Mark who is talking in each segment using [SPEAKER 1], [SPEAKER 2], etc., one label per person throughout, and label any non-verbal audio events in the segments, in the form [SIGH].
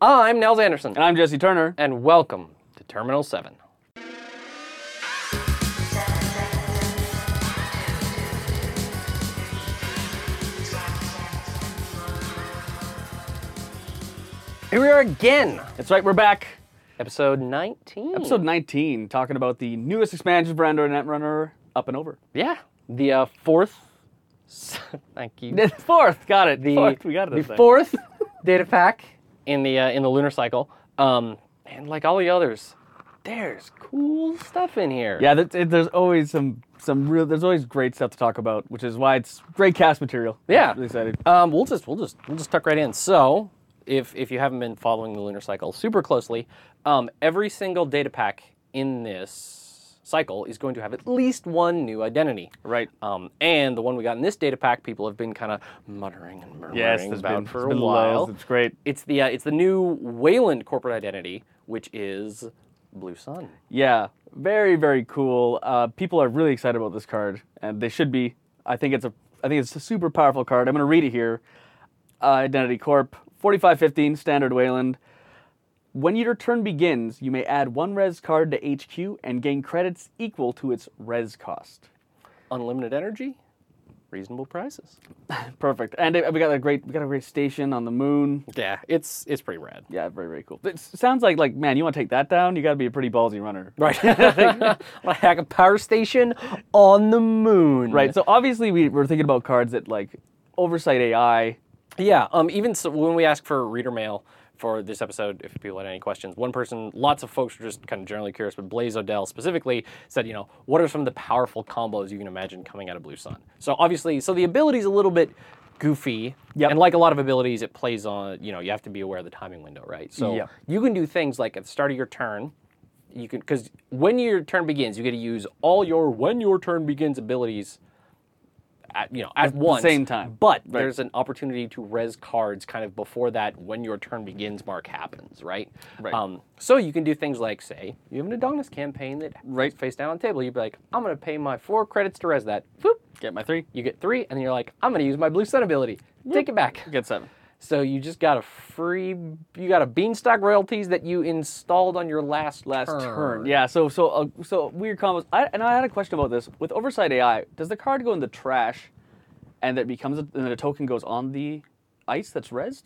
[SPEAKER 1] I'm Nels Anderson,
[SPEAKER 2] And I'm Jesse Turner.
[SPEAKER 1] and welcome to Terminal 7. Here we are again,
[SPEAKER 2] That's right, we're back.
[SPEAKER 1] episode 19.
[SPEAKER 2] Episode 19, talking about the newest expansion for Android Netrunner, Up and Over.
[SPEAKER 1] yeah, the uh, fourth. [LAUGHS] Thank you.
[SPEAKER 2] fourth, got it.
[SPEAKER 1] the
[SPEAKER 2] fourth, we got it.
[SPEAKER 1] the
[SPEAKER 2] this time.
[SPEAKER 1] fourth data pack in the uh, in the lunar cycle. Um, and like all the others, there's cool stuff in here.
[SPEAKER 2] Yeah, that, it, there's always some some real. There's always great stuff to talk about, which is why it's great cast material.
[SPEAKER 1] Yeah.
[SPEAKER 2] really excited.
[SPEAKER 1] Um, we'll just we'll just we'll just tuck right in. So, if if you haven't been following the lunar cycle super closely, um, every single data pack in this cycle is going to have at least one new identity.
[SPEAKER 2] Right.
[SPEAKER 1] Um, and the one we got in this data pack, people have been kind of muttering and murmuring
[SPEAKER 2] Yes, there's
[SPEAKER 1] about
[SPEAKER 2] been,
[SPEAKER 1] for
[SPEAKER 2] there's
[SPEAKER 1] a
[SPEAKER 2] been
[SPEAKER 1] while.
[SPEAKER 2] lows. It's great.
[SPEAKER 1] It's the uh, it's the new Wayland corporate identity, which is Blue Sun.
[SPEAKER 2] Yeah, very very cool. Uh, people are really excited about this card, and they should be. I think it's a I think it's a super powerful card. I'm going to read it here. Uh, Identity Corp 4515 Standard Wayland. When your turn begins, you may add one res card to HQ and gain credits equal to its res cost.
[SPEAKER 1] Unlimited energy, reasonable prices.
[SPEAKER 2] Perfect. And uh, we got a great we got a great station on the moon.
[SPEAKER 1] Yeah, it's it's pretty rad.
[SPEAKER 2] Yeah, very very cool. It s- sounds like like man, you want to take that down? You got to be a pretty ballsy runner.
[SPEAKER 1] Right. [LAUGHS] like hack a power station on the moon.
[SPEAKER 2] Right. So obviously we, we're thinking about cards that like oversight AI
[SPEAKER 1] Yeah. Um. Even so, when we ask for reader mail for this episode, if people had any questions, one person, lots of folks were just kind of generally curious, but Blaze Odell specifically said, you know, what are some of the powerful combos you can imagine coming out of Blue Sun? So obviously, so the ability's a little bit goofy.
[SPEAKER 2] Yep.
[SPEAKER 1] And like a lot of abilities, it plays on. You know, you have to be aware of the timing window, right? So
[SPEAKER 2] Yep.
[SPEAKER 1] you can do things like at the start of your turn. You can because when your turn begins, you get to use all your when your turn begins abilities at you know at, once
[SPEAKER 2] same time.
[SPEAKER 1] But
[SPEAKER 2] Right.
[SPEAKER 1] there's an opportunity to res cards kind of before that when your turn begins mark happens, right?
[SPEAKER 2] Right.
[SPEAKER 1] Um, so you can do things like say you have an Adonis campaign that
[SPEAKER 2] Right.
[SPEAKER 1] is face down on the table. You'd be like, I'm gonna pay my four credits to res that. Whoop.
[SPEAKER 2] Get my three.
[SPEAKER 1] You get three, and then you're like, I'm gonna use my blue sun ability. Take it back.
[SPEAKER 2] Get seven.
[SPEAKER 1] So you just got a free, you got a beanstalk royalties that you installed on your last
[SPEAKER 2] Last
[SPEAKER 1] turn.
[SPEAKER 2] turn. Yeah. So so uh, so weird combos. I, and I had a question about this with oversight AI. Does the card go in the trash, and that becomes a, and then a token goes on the ice that's resed?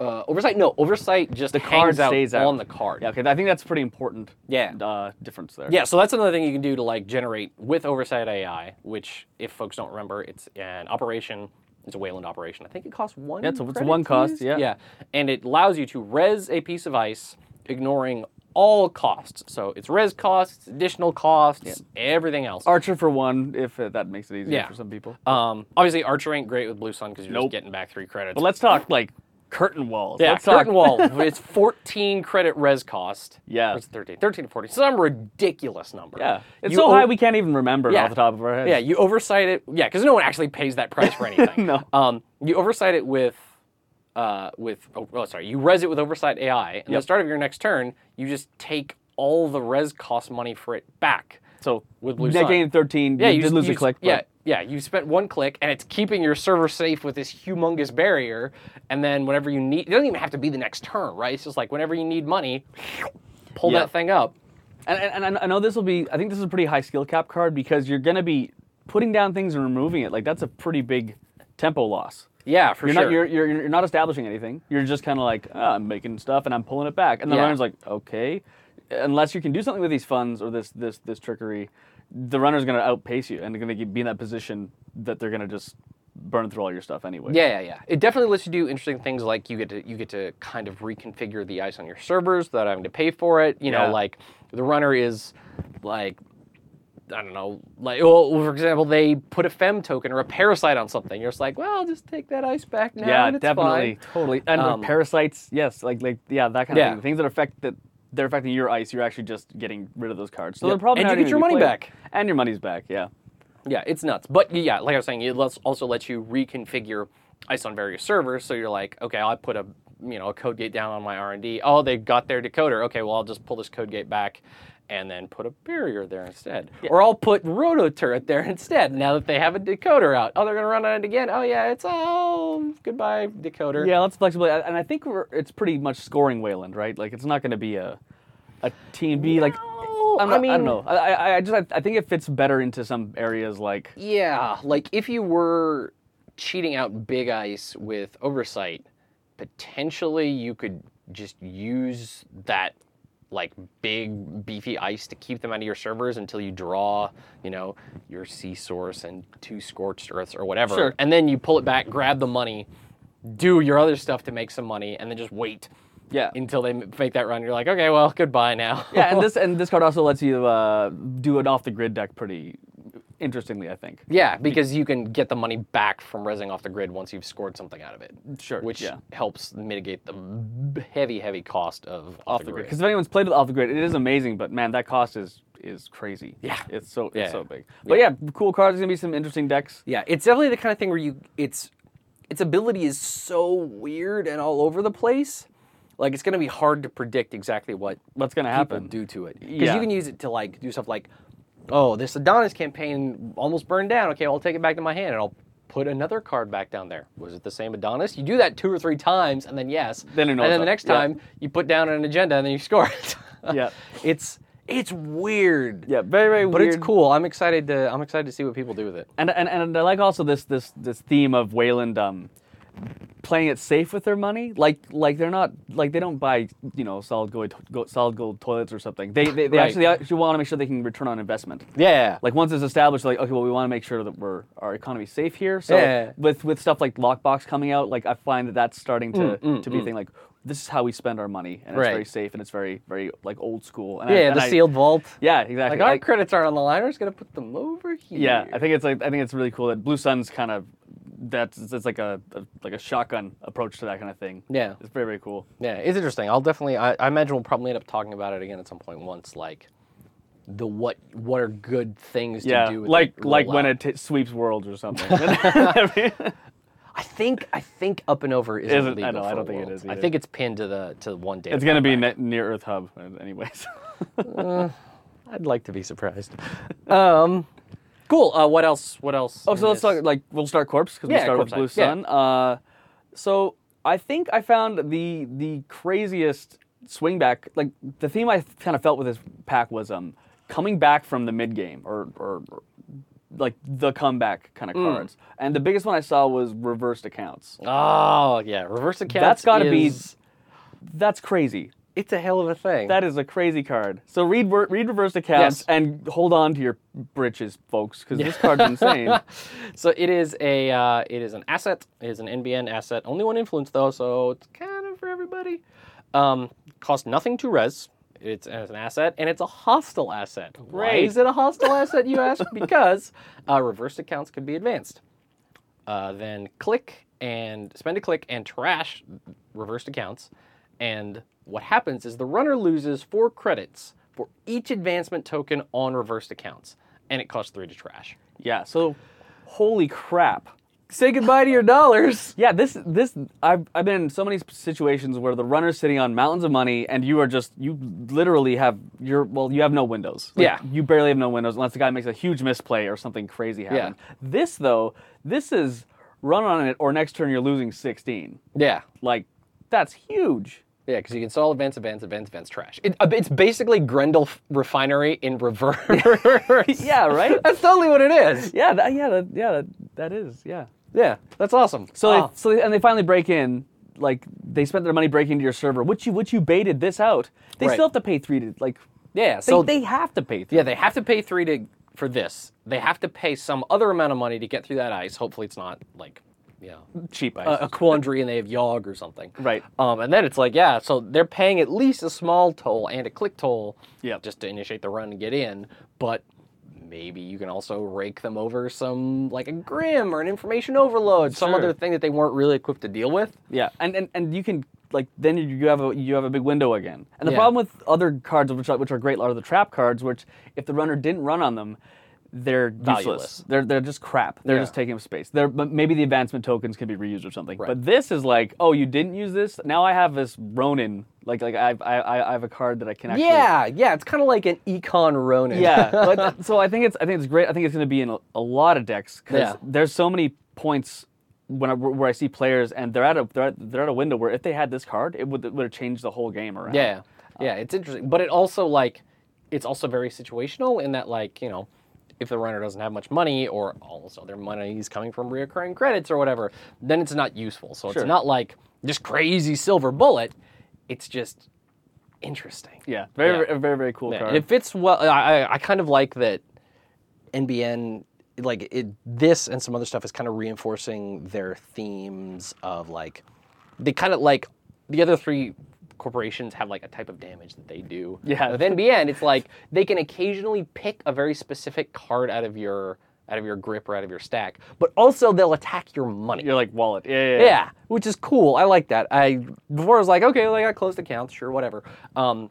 [SPEAKER 1] Uh, oversight, no, oversight just the
[SPEAKER 2] card stays out.
[SPEAKER 1] on the card.
[SPEAKER 2] Yeah. Okay. I think that's pretty important.
[SPEAKER 1] Yeah.
[SPEAKER 2] Uh, difference there.
[SPEAKER 1] Yeah, so that's another thing you can do to like generate with Oversight AI, which if folks don't remember, it's an operation. It's a Wayland operation. I think it costs one.
[SPEAKER 2] Yeah, it's a- it's
[SPEAKER 1] credit
[SPEAKER 2] one
[SPEAKER 1] to
[SPEAKER 2] cost,
[SPEAKER 1] use?
[SPEAKER 2] yeah.
[SPEAKER 1] Yeah, and it allows you to res a piece of ice, ignoring all costs. So it's res costs, additional costs, everything else.
[SPEAKER 2] Archer for one, if uh, that makes it easier
[SPEAKER 1] Yeah.
[SPEAKER 2] for some people.
[SPEAKER 1] Um, obviously, Archer ain't great with Blue Sun because you're
[SPEAKER 2] Nope.
[SPEAKER 1] just getting back three credits.
[SPEAKER 2] But let's talk like curtain walls.
[SPEAKER 1] yeah,
[SPEAKER 2] Let's talk-
[SPEAKER 1] curtain wall. [LAUGHS] it's 14 credit res cost.
[SPEAKER 2] Yeah.
[SPEAKER 1] Or it's 13, 13 to 40. Some ridiculous number.
[SPEAKER 2] Yeah. It's
[SPEAKER 1] You
[SPEAKER 2] so
[SPEAKER 1] owe-
[SPEAKER 2] high we can't even remember it off the top of our heads.
[SPEAKER 1] Yeah, you oversight it. Yeah, because no one actually pays that price for anything.
[SPEAKER 2] [LAUGHS] No.
[SPEAKER 1] Um, you oversight it with, uh, with oh, oh, sorry, you res it with oversight AI, and at the
[SPEAKER 2] Yep.
[SPEAKER 1] start of your next turn, you just take all the res cost money for it back.
[SPEAKER 2] So
[SPEAKER 1] With Blue
[SPEAKER 2] net
[SPEAKER 1] Sun.
[SPEAKER 2] gain 13.
[SPEAKER 1] Yeah,
[SPEAKER 2] you,
[SPEAKER 1] you
[SPEAKER 2] did
[SPEAKER 1] s-
[SPEAKER 2] lose
[SPEAKER 1] you
[SPEAKER 2] a
[SPEAKER 1] s-
[SPEAKER 2] click. but-
[SPEAKER 1] Yeah, yeah, you spent one click, and it's keeping your server safe with this humongous barrier. And then whenever you need, it doesn't even have to be the next turn, right? It's just like whenever you need money, [SNIFFS] pull
[SPEAKER 2] Yeah.
[SPEAKER 1] that thing up.
[SPEAKER 2] And, and, and I know this will be, I think this is a pretty high skill cap card because you're going to be putting down things and removing it. Like, that's a pretty big tempo loss.
[SPEAKER 1] Yeah, for
[SPEAKER 2] You're
[SPEAKER 1] sure.
[SPEAKER 2] not you're, you're, you're not establishing anything. You're just kind of like "Ah, I'm making stuff and I'm pulling it back, and the
[SPEAKER 1] Yeah.
[SPEAKER 2] runner's like, okay, unless you can do something with these funds or this this this trickery, the runner's gonna outpace you and gonna be in that position that they're gonna just burn through all your stuff anyway.
[SPEAKER 1] Yeah, yeah, yeah. It definitely lets you do interesting things like you get to you get to kind of reconfigure the ice on your servers without having to pay for it. You know,
[SPEAKER 2] Yeah.
[SPEAKER 1] like the runner is like I don't know, like well, for example, they put a fem token or a parasite on something. You're just like, well, I'll just take that ice back now.
[SPEAKER 2] yeah,
[SPEAKER 1] and it's
[SPEAKER 2] definitely,
[SPEAKER 1] fine.
[SPEAKER 2] totally. And
[SPEAKER 1] Um,
[SPEAKER 2] parasites, yes, like like yeah, that kind of
[SPEAKER 1] Yeah.
[SPEAKER 2] thing. Things that affect that they're affecting your ice. You're actually just getting rid of those cards. So
[SPEAKER 1] Yep.
[SPEAKER 2] they're probably
[SPEAKER 1] And
[SPEAKER 2] not
[SPEAKER 1] you get
[SPEAKER 2] even
[SPEAKER 1] your
[SPEAKER 2] gonna be
[SPEAKER 1] money
[SPEAKER 2] played.
[SPEAKER 1] back.
[SPEAKER 2] and your money's back. Yeah,
[SPEAKER 1] Yeah, it's nuts. But yeah, like I was saying, it lets, also lets you reconfigure ice on various servers. So you're like, okay, I put a you know a code gate down on my R&D. Oh, they got their decoder. Okay, well I'll just pull this code gate back and then put a barrier there instead. Or I'll put roto turret there instead. Now that they have a decoder out. Oh, they're going to run on it again. Oh yeah, it's oh goodbye decoder.
[SPEAKER 2] Yeah, lots of flexibility, and and I think we're, it's pretty much scoring Wayland, right? Like it's not going to be a a team B. Like
[SPEAKER 1] No,
[SPEAKER 2] I'm
[SPEAKER 1] I
[SPEAKER 2] not- I
[SPEAKER 1] mean-
[SPEAKER 2] don't know. I, I, I just I, I think it fits better into some areas like
[SPEAKER 1] Yeah, like if you were cheating out big ice with oversight, potentially you could just use that like big beefy ice to keep them out of your servers until you draw, you know, your sea source and two scorched earths or whatever.
[SPEAKER 2] Sure.
[SPEAKER 1] And then you pull it back, grab the money, do your other stuff to make some money, and then just wait
[SPEAKER 2] yeah.
[SPEAKER 1] [LAUGHS] until they m- make that run. You're like, okay, well, goodbye now.
[SPEAKER 2] yeah, and this and this card also lets you uh, do an off the grid deck pretty interestingly, I think.
[SPEAKER 1] Yeah, because you can get the money back from resing off the grid once you've scored something out of it.
[SPEAKER 2] Sure,
[SPEAKER 1] Which
[SPEAKER 2] yeah.
[SPEAKER 1] helps mitigate the b- heavy, heavy cost of off, the grid.
[SPEAKER 2] Because if anyone's played with off the grid, it is amazing, but man, that cost is is crazy.
[SPEAKER 1] Yeah.
[SPEAKER 2] it's so
[SPEAKER 1] Yeah.
[SPEAKER 2] it's so big. But yeah, cool cards. There's gonna be some interesting decks.
[SPEAKER 1] Yeah, it's definitely the kind of thing where you it's its ability is so weird and all over the place. Like it's going to be hard to predict exactly what
[SPEAKER 2] What's gonna
[SPEAKER 1] people
[SPEAKER 2] happen?
[SPEAKER 1] do to it because
[SPEAKER 2] Yeah.
[SPEAKER 1] you can use it to like do stuff like, oh, this Adonis campaign almost burned down. Okay, I'll take it back to my hand and I'll put another card back down there. Was it the same Adonis? You do that two or three times and then yes,
[SPEAKER 2] Then you know
[SPEAKER 1] and
[SPEAKER 2] what's
[SPEAKER 1] then the
[SPEAKER 2] up.
[SPEAKER 1] next
[SPEAKER 2] Yeah.
[SPEAKER 1] time you put down an agenda and then you [LAUGHS] score it.
[SPEAKER 2] Yeah.
[SPEAKER 1] it's it's weird.
[SPEAKER 2] Yeah, very very
[SPEAKER 1] But
[SPEAKER 2] weird.
[SPEAKER 1] it's cool. I'm excited to I'm excited to see what people do with it.
[SPEAKER 2] And, and and I like also this this this theme of Wayland um, playing it safe with their money. Like like they're not like they don't buy you know solid gold go, solid gold toilets or something. They they, they
[SPEAKER 1] Right.
[SPEAKER 2] actually actually want to make sure they can return on investment.
[SPEAKER 1] Yeah.
[SPEAKER 2] Like once it's established, like okay, well, we want to make sure that we're our economy's safe here. So
[SPEAKER 1] Yeah.
[SPEAKER 2] with with stuff like Lockbox coming out, like I find that that's starting to to be a thing. Like this is how we spend our money, and it's
[SPEAKER 1] Mm, Right.
[SPEAKER 2] very safe, and it's very very like old school. And I-
[SPEAKER 1] yeah,
[SPEAKER 2] and
[SPEAKER 1] the
[SPEAKER 2] I-
[SPEAKER 1] sealed vault.
[SPEAKER 2] Yeah, exactly.
[SPEAKER 1] Like our
[SPEAKER 2] I-
[SPEAKER 1] credits are on the line. We're just gonna put them over here.
[SPEAKER 2] yeah, I think it's like I think it's really cool that Blue Sun's kind of that's it's like a, a like a shotgun approach to that kind of thing.
[SPEAKER 1] Yeah.
[SPEAKER 2] it's very very cool.
[SPEAKER 1] Yeah, it's interesting. I'll definitely. I, I imagine we'll probably end up talking about it again at some point once like the what what are good things
[SPEAKER 2] yeah,
[SPEAKER 1] to do. With
[SPEAKER 2] like
[SPEAKER 1] it
[SPEAKER 2] like
[SPEAKER 1] roll
[SPEAKER 2] when
[SPEAKER 1] out.
[SPEAKER 2] it t- sweeps worlds or
[SPEAKER 1] [LAUGHS]
[SPEAKER 2] something. [LAUGHS]
[SPEAKER 1] I think I think up and over isn't,
[SPEAKER 2] Isn't- I
[SPEAKER 1] legal
[SPEAKER 2] know,
[SPEAKER 1] for
[SPEAKER 2] I don't
[SPEAKER 1] the
[SPEAKER 2] think it
[SPEAKER 1] world.
[SPEAKER 2] is
[SPEAKER 1] I
[SPEAKER 2] either.
[SPEAKER 1] think it's pinned to the to the one day.
[SPEAKER 2] it's gonna be ne- near Earth Hub, uh, anyways.
[SPEAKER 1] I'd like to be surprised. [LAUGHS] um, cool. Uh, what else? What else?
[SPEAKER 2] Oh, so let's talk. Like we'll start corpse because
[SPEAKER 1] Yeah,
[SPEAKER 2] we start with
[SPEAKER 1] Corpse Knight.
[SPEAKER 2] Blue
[SPEAKER 1] Yeah.
[SPEAKER 2] Sun. Uh, so I think I found the the craziest swing back. Like the theme I kind of felt with this pack was um coming back from the mid game or, or or, like the comeback kind of
[SPEAKER 1] Mm.
[SPEAKER 2] cards. And the biggest one I saw was reversed accounts.
[SPEAKER 1] Oh yeah, reverse accounts.
[SPEAKER 2] That's got to be
[SPEAKER 1] is-
[SPEAKER 2] that's crazy.
[SPEAKER 1] It's a hell of a thing.
[SPEAKER 2] That is a crazy card. So read ver- read reversed accounts
[SPEAKER 1] Yes.
[SPEAKER 2] and hold on to your britches, folks, because
[SPEAKER 1] [LAUGHS]
[SPEAKER 2] this card's insane.
[SPEAKER 1] So it is a uh, it is an asset. It is an NBN asset. Only one influence though, so it's kind of for everybody. Um, cost nothing to res. It's as an asset, and it's a hostile asset. Why
[SPEAKER 2] Great.
[SPEAKER 1] is it a hostile asset, you ask? Because uh, reversed accounts can be advanced. Uh, then click and spend a click and trash reversed accounts. And what happens is the runner loses four credits for each advancement token on reversed accounts, and it costs three to trash.
[SPEAKER 2] Yeah. So holy crap.
[SPEAKER 1] Say goodbye to your dollars.
[SPEAKER 2] [LAUGHS] Yeah, this this I've I've been in so many situations where the runner's sitting on mountains of money and you are just you literally have your well you have no windows. Like,
[SPEAKER 1] Yeah.
[SPEAKER 2] you barely have no windows unless the guy makes a huge misplay or something crazy happens. This though, this is run on it or next turn you're losing sixteen.
[SPEAKER 1] Yeah.
[SPEAKER 2] Like that's huge.
[SPEAKER 1] Yeah, because you can solve advance, advance, advance, advance, trash. It, uh, it's basically Grendel f- refinery in reverse.
[SPEAKER 2] [LAUGHS] Yeah, right.
[SPEAKER 1] That's totally what it is.
[SPEAKER 2] yeah, that, yeah, that, yeah, that, that is yeah.
[SPEAKER 1] Yeah, that's awesome.
[SPEAKER 2] So
[SPEAKER 1] Ah.
[SPEAKER 2] they, so they, and they finally break in. Like they spent their money breaking into your server, which you which you baited this out. They
[SPEAKER 1] Right.
[SPEAKER 2] still have to pay three to like.
[SPEAKER 1] Yeah,
[SPEAKER 2] they,
[SPEAKER 1] so-
[SPEAKER 2] they have to pay three.
[SPEAKER 1] yeah, they have to pay three to for this. They have to pay some other amount of money to get through that ice. Hopefully, it's not like you know
[SPEAKER 2] cheap ice.
[SPEAKER 1] a, a quandary and they have yog or something.
[SPEAKER 2] Right.
[SPEAKER 1] Um, and then it's like yeah, so they're paying at least a small toll and a click toll.
[SPEAKER 2] Yep.
[SPEAKER 1] Just to initiate the run and get in, but. Maybe you can also rake them over some, like a grim or an information overload, some
[SPEAKER 2] Sure.
[SPEAKER 1] other thing that they weren't really equipped to deal with.
[SPEAKER 2] yeah, and, and and you can like then you- you have a you have a big window again. And the
[SPEAKER 1] Yeah.
[SPEAKER 2] problem with other cards which are, which are great are the trap cards, which if the runner didn't run on them, they're useless.
[SPEAKER 1] Valueless.
[SPEAKER 2] They're they're just crap. They're
[SPEAKER 1] Yeah.
[SPEAKER 2] just taking up space. They're, but maybe the advancement tokens can be reused or something. But this is like, oh, you didn't use this. Now I have this Ronin. Like like I've, I I I have a card that I can actually
[SPEAKER 1] Yeah, yeah, it's kind of like an econ Ronin.
[SPEAKER 2] [LAUGHS] yeah. but th- so I think it's I think it's great. I think it's going to be in a, a lot of decks because
[SPEAKER 1] Yeah.
[SPEAKER 2] there's so many points when I, where I see players and they're at a they're at, they're at a window where if they had this card, it would it would have changed the whole game around.
[SPEAKER 1] Yeah, yeah, it's interesting, but it also like it's also very situational in that like you know if the runner doesn't have much money or all this other money is coming from reoccurring credits or whatever, then it's not useful. So
[SPEAKER 2] Sure.
[SPEAKER 1] it's not like this crazy silver bullet. It's just interesting.
[SPEAKER 2] Yeah. Very
[SPEAKER 1] Yeah.
[SPEAKER 2] Very, very very cool
[SPEAKER 1] Yeah,
[SPEAKER 2] card.
[SPEAKER 1] and it fits well. I, I I kind of like that NBN like it, this and some other stuff is kind of reinforcing their themes of like they kind of like the other three corporations have like a type of damage that they do.
[SPEAKER 2] Yeah.
[SPEAKER 1] With NBN, it's like they can occasionally pick a very specific card out of your out of your grip or out of your stack, but also they'll attack your money.
[SPEAKER 2] You're like wallet. Yeah. Yeah. yeah.
[SPEAKER 1] Yeah, which is cool. I like that. I before I was like, okay, like I got closed accounts, sure, whatever. Um,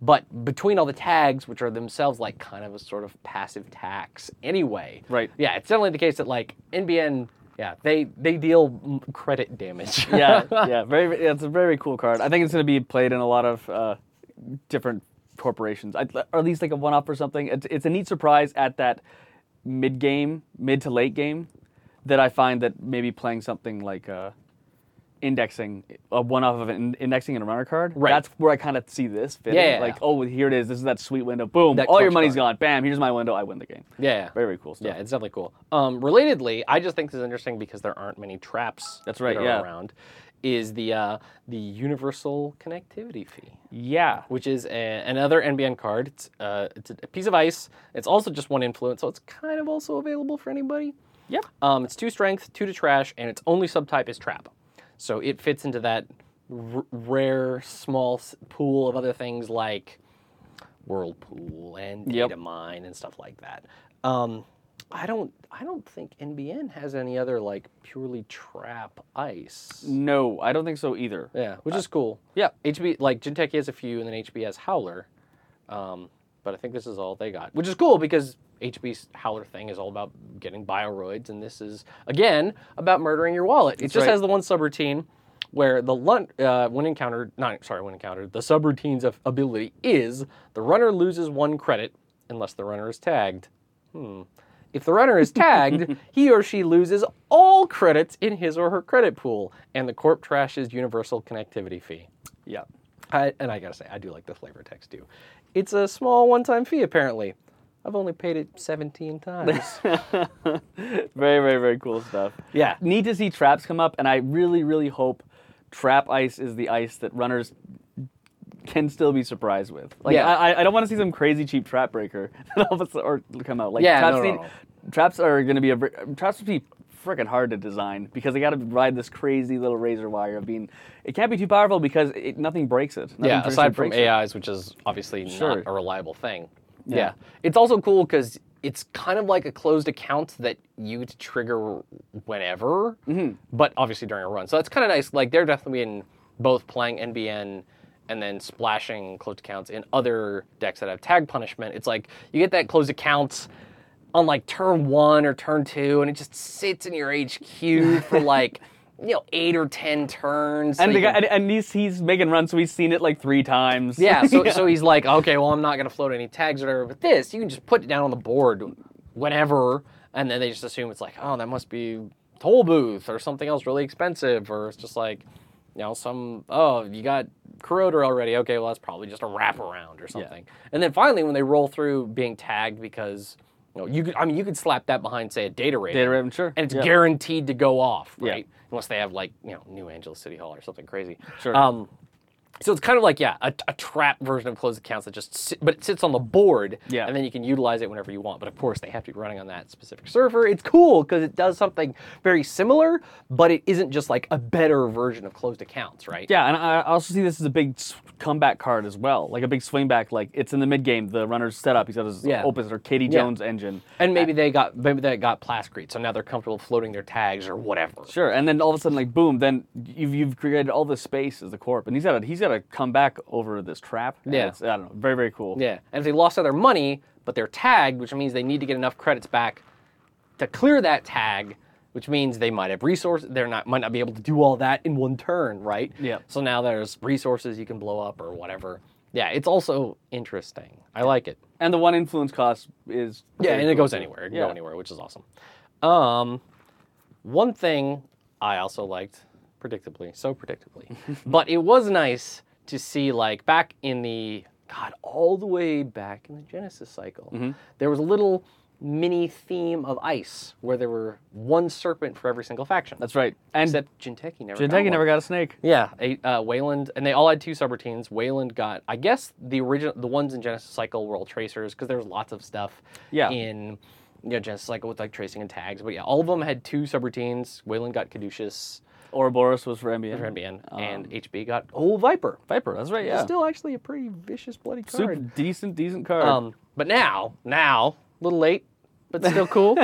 [SPEAKER 1] but between all the tags, which are themselves like kind of a sort of passive tax anyway.
[SPEAKER 2] Right.
[SPEAKER 1] Yeah, it's definitely the case that like NBN, yeah, they they deal mm, credit damage.
[SPEAKER 2] yeah, yeah, very. It's a very cool card. I think it's going to be played in a lot of uh, different corporations, I, or at least like a one-up or something. It's, it's a neat surprise at that mid-game, mid to late game, that I find that maybe playing something like uh, indexing a one-off of an in- indexing and a runner card.
[SPEAKER 1] Right.
[SPEAKER 2] That's where I kind of see this fitting.
[SPEAKER 1] Yeah, yeah,
[SPEAKER 2] Like,
[SPEAKER 1] yeah.
[SPEAKER 2] oh, here it is. This is that sweet window. Boom.
[SPEAKER 1] That
[SPEAKER 2] all your
[SPEAKER 1] clutch
[SPEAKER 2] money's
[SPEAKER 1] card.
[SPEAKER 2] gone. Bam. Here's my window. I win the game.
[SPEAKER 1] [LAUGHS] yeah.
[SPEAKER 2] Very, very cool stuff.
[SPEAKER 1] Yeah, it's definitely cool. Um, relatedly, I just think this is interesting because there aren't many traps.
[SPEAKER 2] That's right,
[SPEAKER 1] That are
[SPEAKER 2] yeah.
[SPEAKER 1] Around, is the uh, the universal connectivity fee.
[SPEAKER 2] Yeah.
[SPEAKER 1] which is a, another NBN card. It's, uh, it's a piece of ice. It's also just one influence, so it's kind of also available for anybody.
[SPEAKER 2] Yep.
[SPEAKER 1] Um, it's two strength, two to trash, and its only subtype is trap. So it fits into that r- rare small s- pool of other things like whirlpool and
[SPEAKER 2] Yep.
[SPEAKER 1] data mine and stuff like that. Um, I don't. I don't think NBN has any other like purely trap ice.
[SPEAKER 2] No, I don't think so either.
[SPEAKER 1] Uh, Yeah, which is cool.
[SPEAKER 2] yeah.
[SPEAKER 1] HB like Gentech has a few, and then HB has Howler, um, but I think this is all they got, which is cool because HB's Howler thing is all about getting bioroids, and this is again about murdering your wallet. it just
[SPEAKER 2] right.
[SPEAKER 1] has the one subroutine where the lun- uh, when encountered, not sorry, when encountered, the subroutine's af- ability is the runner loses one credit unless the runner is tagged. Hmm. If the runner is tagged, he or she loses all credits in his or her credit pool, and the corp trashes universal connectivity fee.
[SPEAKER 2] Yeah.
[SPEAKER 1] I, and I gotta say, I do like the flavor text too. It's a small one-time fee, apparently. I've only paid it 17 times.
[SPEAKER 2] Very, very, very cool stuff.
[SPEAKER 1] Yeah.
[SPEAKER 2] Need to see traps come up, and I really, really hope trap ice is the ice that runners can still be surprised with. Like,
[SPEAKER 1] Yeah.
[SPEAKER 2] I, I- I don't want to see some crazy cheap trap breaker [LAUGHS] that all of a sudden or come out. Like,
[SPEAKER 1] Yeah,
[SPEAKER 2] traps,
[SPEAKER 1] no, no,
[SPEAKER 2] need-
[SPEAKER 1] no.
[SPEAKER 2] traps are going to be a ver- traps would be freaking hard to design because they got to ride this crazy little razor wire of being. It can't be too powerful because it, nothing breaks it. Nothing
[SPEAKER 1] yeah,
[SPEAKER 2] traditionally
[SPEAKER 1] aside from
[SPEAKER 2] breaks it.
[SPEAKER 1] AIs, which is obviously
[SPEAKER 2] Sure.
[SPEAKER 1] not a reliable thing.
[SPEAKER 2] Yeah.
[SPEAKER 1] Yeah. It's also cool because it's kind of like a closed account that you to trigger whenever,
[SPEAKER 2] Mm-hmm.
[SPEAKER 1] but obviously during a run. So that's kind of nice. Like they're definitely in both playing NBN and then splashing closed accounts in other decks that have tag punishment. It's like you get that closed account on like turn one or turn two, and it just sits in your
[SPEAKER 2] [LAUGHS]
[SPEAKER 1] HQ for like. You know, eight or ten turns. so
[SPEAKER 2] And, the
[SPEAKER 1] you
[SPEAKER 2] guy,
[SPEAKER 1] can-
[SPEAKER 2] and, and he's, he's making runs, so he's seen it like three times.
[SPEAKER 1] yeah, so, [LAUGHS] so he's like, okay, well, I'm not going to float any tags or whatever, but this, you can just put it down on the board whenever, and then they just assume it's like, oh, that must be toll booth or something else really expensive, or it's just like, you know, some, oh, you got corroder already. Okay, well, that's probably just a wraparound or something. And then finally, when they roll through being tagged because, you know, you could, I mean, you could slap that behind, say, a data rating.
[SPEAKER 2] [LAUGHS] Data rating, sure.
[SPEAKER 1] And it's
[SPEAKER 2] Yeah.
[SPEAKER 1] guaranteed to go off,
[SPEAKER 2] Yeah.
[SPEAKER 1] right? Unless they have, like, you know, New Angeles City Hall or something crazy.
[SPEAKER 2] Sure.
[SPEAKER 1] Um, so it's kind of like yeah, a, a trap version of closed accounts that just sit, but it sits on the board,
[SPEAKER 2] Yeah.
[SPEAKER 1] and then you can utilize it whenever you want. But of course, they have to be running on that specific server. It's cool because it does something very similar, but it isn't just like a better version of closed accounts, right?
[SPEAKER 2] Yeah, and I I also see this as a big s- comeback card as well, like a big swing back. Like it's in the mid game, the runner's set up. He's got his
[SPEAKER 1] Yeah.
[SPEAKER 2] opens or Katie Jones engine.
[SPEAKER 1] And maybe they got maybe they got Plascrete, so now they're comfortable floating their tags or whatever.
[SPEAKER 2] Sure, and then all of a sudden, like boom, then you've, you've created all this space as the corp, and he's got a, he's got to come back over this trap. and
[SPEAKER 1] Yeah.
[SPEAKER 2] it's- I don't know. Very very cool.
[SPEAKER 1] Yeah, and if they lost all their money, but they're tagged, which means they need to get enough credits back to clear that tag, which means they might have resources. They're not might not be able to do all that in one turn, right?
[SPEAKER 2] Yeah.
[SPEAKER 1] So now there's resources you can blow up or whatever. Yeah, it's also interesting. I like it.
[SPEAKER 2] And the one influence cost is
[SPEAKER 1] Yeah,
[SPEAKER 2] very
[SPEAKER 1] and it
[SPEAKER 2] cool,
[SPEAKER 1] goes
[SPEAKER 2] too.
[SPEAKER 1] anywhere. It can
[SPEAKER 2] Yeah.
[SPEAKER 1] go anywhere, which is awesome. Um, one thing I also liked, predictably, so
[SPEAKER 2] [LAUGHS]
[SPEAKER 1] predictably, but it was nice to see like back in the God, all the way back in the Genesis cycle,
[SPEAKER 2] Mm-hmm.
[SPEAKER 1] there was a little mini theme of ice where there were one serpent for every single faction.
[SPEAKER 2] That's right. And
[SPEAKER 1] Except Jinteki never. got
[SPEAKER 2] Jinteki
[SPEAKER 1] one.
[SPEAKER 2] never got a snake.
[SPEAKER 1] Yeah, a, uh, Wayland, and they all had two subroutines. Wayland got, I guess, the original, the ones in Genesis Cycle were all tracers because there was lots of stuff.
[SPEAKER 2] Yeah.
[SPEAKER 1] In you know, Genesis Cycle with like tracing and tags, but yeah, all of them had two subroutines. Wayland got Caduceus Um,
[SPEAKER 2] Ouroboros was for NBN.
[SPEAKER 1] for NBN, and HB got Old Viper.
[SPEAKER 2] Viper. That's right.
[SPEAKER 1] Which is
[SPEAKER 2] Yeah.
[SPEAKER 1] Still actually a pretty vicious bloody card.
[SPEAKER 2] Super decent decent card.
[SPEAKER 1] Um, but now, now, a little late, but still [LAUGHS] cool.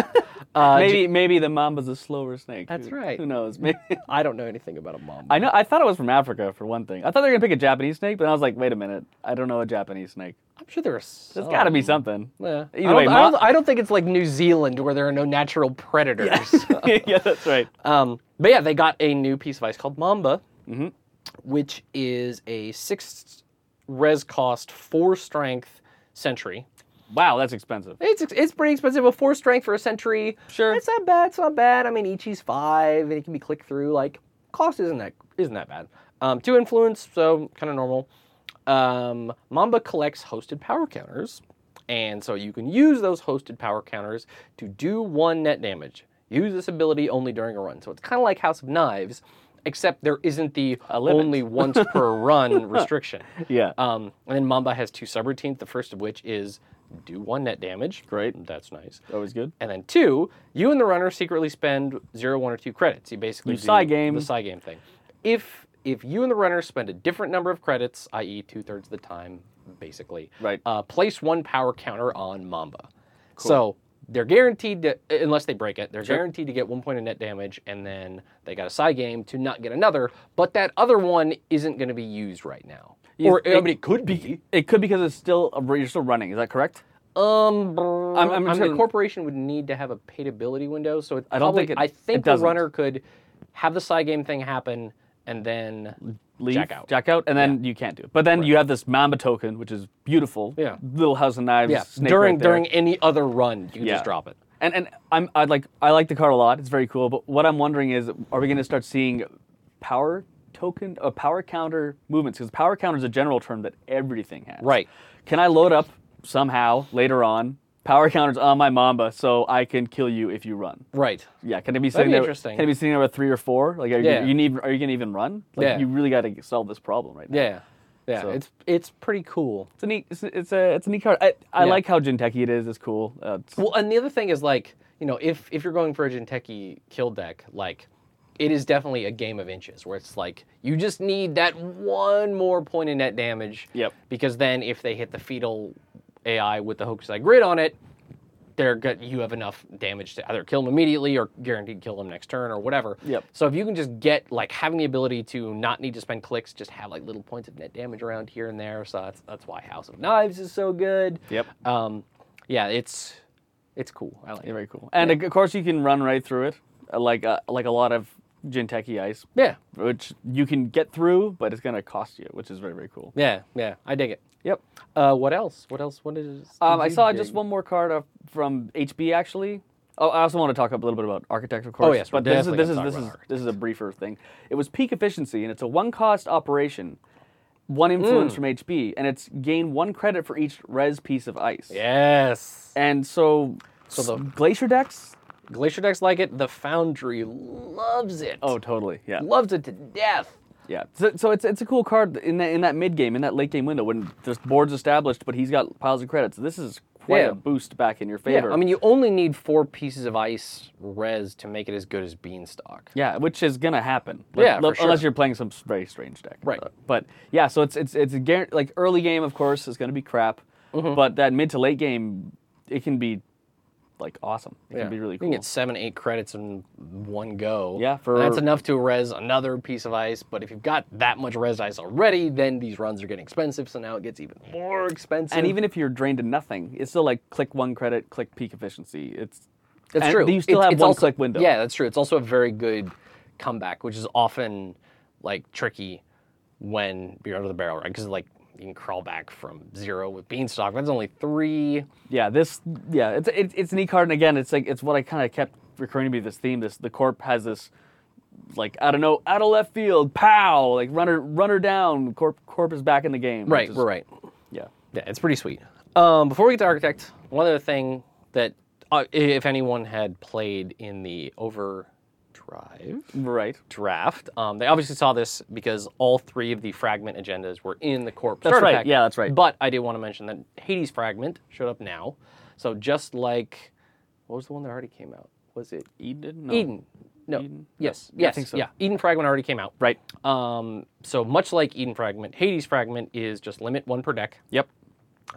[SPEAKER 1] uh,
[SPEAKER 2] maybe maybe the Mamba's a slower snake.
[SPEAKER 1] That's
[SPEAKER 2] Who-
[SPEAKER 1] right.
[SPEAKER 2] Who knows? [LAUGHS] Maybe.
[SPEAKER 1] I don't know anything about a mom.
[SPEAKER 2] I know. I thought it was from Africa for one thing. I thought they were gonna pick a Japanese snake, but I was like, wait a minute, I don't know a Japanese snake.
[SPEAKER 1] I'm sure there are.
[SPEAKER 2] There's got to be something.
[SPEAKER 1] Oh. Yeah. I,
[SPEAKER 2] Either
[SPEAKER 1] don't,
[SPEAKER 2] way,
[SPEAKER 1] I, don't,
[SPEAKER 2] Ma-
[SPEAKER 1] I don't think it's like New Zealand where there are no natural predators.
[SPEAKER 2] [LAUGHS] yeah, that's right.
[SPEAKER 1] [LAUGHS] um, but yeah, they got a new piece of ice called Mamba,
[SPEAKER 2] Mm-hmm.
[SPEAKER 1] which is a six res cost, four strength sentry.
[SPEAKER 2] Wow, that's expensive.
[SPEAKER 1] It's, it's pretty expensive, but four strength for a sentry.
[SPEAKER 2] Sure.
[SPEAKER 1] It's not bad. It's not bad. I mean, Ichi's five, and it can be clicked through. Like, cost isn't that isn't that bad. Um, two influence, so kind of normal. Um, Mamba collects hosted power counters, and so you can use those hosted power counters to do one net damage. Use this ability only during a run. So it's kind of like House of Knives, except there isn't the
[SPEAKER 2] limit.
[SPEAKER 1] only once per
[SPEAKER 2] [LAUGHS]
[SPEAKER 1] run restriction.
[SPEAKER 2] Yeah.
[SPEAKER 1] Um, and then Mamba has two subroutines. The first of which is do one net damage.
[SPEAKER 2] Great.
[SPEAKER 1] That's nice.
[SPEAKER 2] Always good.
[SPEAKER 1] And then two, you and the runner secretly spend zero, one, or two credits. You basically do
[SPEAKER 2] side game.
[SPEAKER 1] the side game thing. If if you and the runner spend a different number of credits, i.e., two thirds of the time, basically,
[SPEAKER 2] Right.
[SPEAKER 1] uh, place one power counter on Mamba. So they're guaranteed to, unless they break it, they're guaranteed to get one point of net damage, and then they got a side game to not get another. But that other one isn't going to be used right now, or I
[SPEAKER 2] think-
[SPEAKER 1] mean, it could be.
[SPEAKER 2] It could because it's still you're still running. Is that correct?
[SPEAKER 1] Um,
[SPEAKER 2] I'm
[SPEAKER 1] I'm,
[SPEAKER 2] just
[SPEAKER 1] the
[SPEAKER 2] gonna-
[SPEAKER 1] corporation would need to have a paidability window, so it
[SPEAKER 2] I don't
[SPEAKER 1] probably-
[SPEAKER 2] think it-
[SPEAKER 1] I
[SPEAKER 2] it
[SPEAKER 1] think the
[SPEAKER 2] doesn't.
[SPEAKER 1] runner could have the side game thing happen and then
[SPEAKER 2] Leave,
[SPEAKER 1] jack out.
[SPEAKER 2] Jack out, and then you can't do it. But then you have this Mamba token, which is beautiful.
[SPEAKER 1] Yeah.
[SPEAKER 2] Little House of Knives.
[SPEAKER 1] yeah,
[SPEAKER 2] snake
[SPEAKER 1] during
[SPEAKER 2] right there.
[SPEAKER 1] during any other run, you can
[SPEAKER 2] Yeah.
[SPEAKER 1] just drop it.
[SPEAKER 2] And and I'm I like I like the card a lot. It's very cool. But what I'm wondering is, are we going to start seeing power token or power counter movements? Because power counter is a general term that everything has.
[SPEAKER 1] Right.
[SPEAKER 2] Can I load up somehow later on power counters on my Mamba so I can kill you if you run?
[SPEAKER 1] Right.
[SPEAKER 2] Yeah. Can it be sitting
[SPEAKER 1] be
[SPEAKER 2] there?
[SPEAKER 1] interesting.
[SPEAKER 2] Can it be sitting there with three or four? Like, are you,
[SPEAKER 1] Yeah.
[SPEAKER 2] you need? Are you going to even run? Like,
[SPEAKER 1] Yeah.
[SPEAKER 2] You really got to solve this problem right now.
[SPEAKER 1] Yeah. Yeah.
[SPEAKER 2] So-
[SPEAKER 1] It's it's pretty cool.
[SPEAKER 2] It's a neat. It's, it's a. It's a neat card. I, I
[SPEAKER 1] Yeah.
[SPEAKER 2] like how Jinteki it is. It's cool. Uh, it's-
[SPEAKER 1] Well, and the other thing is like you know if if you're going for a Jinteki kill deck, like it is definitely a game of inches where it's like you just need that one more point of net damage.
[SPEAKER 2] Yep.
[SPEAKER 1] Because then if they hit the fetal AI with the Hokusai grid on it, they're good. You have enough damage to either kill them immediately or guaranteed kill them next turn or whatever.
[SPEAKER 2] Yep.
[SPEAKER 1] So if you can just get like having the ability to not need to spend clicks, just have like little points of net damage around here and there. So that's that's why House of Knives is so good.
[SPEAKER 2] Yep.
[SPEAKER 1] Um, yeah, it's it's cool. I like
[SPEAKER 2] Yeah,
[SPEAKER 1] it.
[SPEAKER 2] very cool. And of course, you can run right through it, uh, like uh, like a lot of Jinteki ice,
[SPEAKER 1] Yeah,
[SPEAKER 2] which you can get through, but it's gonna cost you, which is very very cool.
[SPEAKER 1] yeah, yeah. I dig it.
[SPEAKER 2] Yep.
[SPEAKER 1] Uh, what else? What else? What is?
[SPEAKER 2] Um,
[SPEAKER 1] did
[SPEAKER 2] I
[SPEAKER 1] you
[SPEAKER 2] saw
[SPEAKER 1] dig?
[SPEAKER 2] just one more card uh, from HB actually. Oh, I also want to talk a little bit about architect, of course.
[SPEAKER 1] yes, we're
[SPEAKER 2] but this is
[SPEAKER 1] definitely
[SPEAKER 2] this is
[SPEAKER 1] gonna
[SPEAKER 2] this
[SPEAKER 1] talk
[SPEAKER 2] is
[SPEAKER 1] about
[SPEAKER 2] this is a briefer thing. It was peak efficiency, and it's a one cost operation, one influence from HB, and it's gain one credit for each res piece of ice.
[SPEAKER 1] Yes.
[SPEAKER 2] And so,
[SPEAKER 1] So the-
[SPEAKER 2] glacier decks.
[SPEAKER 1] Glacier decks like it. The Foundry loves it.
[SPEAKER 2] Oh, totally. Yeah.
[SPEAKER 1] loves it to death.
[SPEAKER 2] Yeah, so, so it's it's a cool card in that in that mid game in that late game window when the board's established, but he's got piles of credits. This is quite
[SPEAKER 1] Yeah.
[SPEAKER 2] a boost back in your
[SPEAKER 1] Yeah,
[SPEAKER 2] favor.
[SPEAKER 1] I mean, you only need four pieces of ice res to make it as good as Beanstalk.
[SPEAKER 2] yeah, which is gonna happen.
[SPEAKER 1] Yeah, for sure.
[SPEAKER 2] unless you're playing some s- very strange deck.
[SPEAKER 1] Right.
[SPEAKER 2] Uh, but yeah, so it's it's it's a guarant- like
[SPEAKER 1] Mm-hmm.
[SPEAKER 2] early game, of course, is gonna be crap, but that mid to late game, it can be like awesome. It
[SPEAKER 1] Yeah.
[SPEAKER 2] can be really
[SPEAKER 1] You
[SPEAKER 2] cool.
[SPEAKER 1] can get seven, eight credits in one go.
[SPEAKER 2] Yeah,
[SPEAKER 1] And
[SPEAKER 2] for-
[SPEAKER 1] that's enough to res another piece of ice. But if you've got that much res ice already, then these runs are getting expensive. So now it gets even more expensive.
[SPEAKER 2] and even if you're drained to nothing, it's still like click one credit, click peak efficiency. It's
[SPEAKER 1] That's
[SPEAKER 2] and
[SPEAKER 1] true.
[SPEAKER 2] You still
[SPEAKER 1] It's-
[SPEAKER 2] have
[SPEAKER 1] it's
[SPEAKER 2] one
[SPEAKER 1] also-
[SPEAKER 2] click window.
[SPEAKER 1] Yeah, that's true. It's also a very good comeback, which is often like tricky when you're under the barrel, right? Because like you can crawl back from zero with beanstalk. That's only three.
[SPEAKER 2] yeah, this yeah, it's it, it's an e card, and again, it's like it's what I kind of kept recurring to be this theme. This the corp has this like I don't know out of left field, pow, like runner runner down. Corp corp is back in the game. which
[SPEAKER 1] Right,
[SPEAKER 2] is-
[SPEAKER 1] we're right.
[SPEAKER 2] Yeah,
[SPEAKER 1] Yeah, it's pretty sweet. Um, before we get to Architect, one other thing that uh, if anyone had played in the Overdrive
[SPEAKER 2] right.
[SPEAKER 1] draft, um, they obviously saw this because all three of the fragment agendas were in the corpse.
[SPEAKER 2] That's
[SPEAKER 1] starter
[SPEAKER 2] right.
[SPEAKER 1] pack.
[SPEAKER 2] Yeah, that's right.
[SPEAKER 1] But I did want to mention that Hades fragment showed up now, so just like what was the one that already came out? Was it
[SPEAKER 2] Eden. No.
[SPEAKER 1] Eden? No.
[SPEAKER 2] Oh. Eden?
[SPEAKER 1] Yes.
[SPEAKER 2] Yeah, I
[SPEAKER 1] Yes.
[SPEAKER 2] think so.
[SPEAKER 1] Yeah. Eden fragment already came out.
[SPEAKER 2] Right.
[SPEAKER 1] Um, so much like Eden fragment, Hades fragment is just limit one per deck.
[SPEAKER 2] Yep.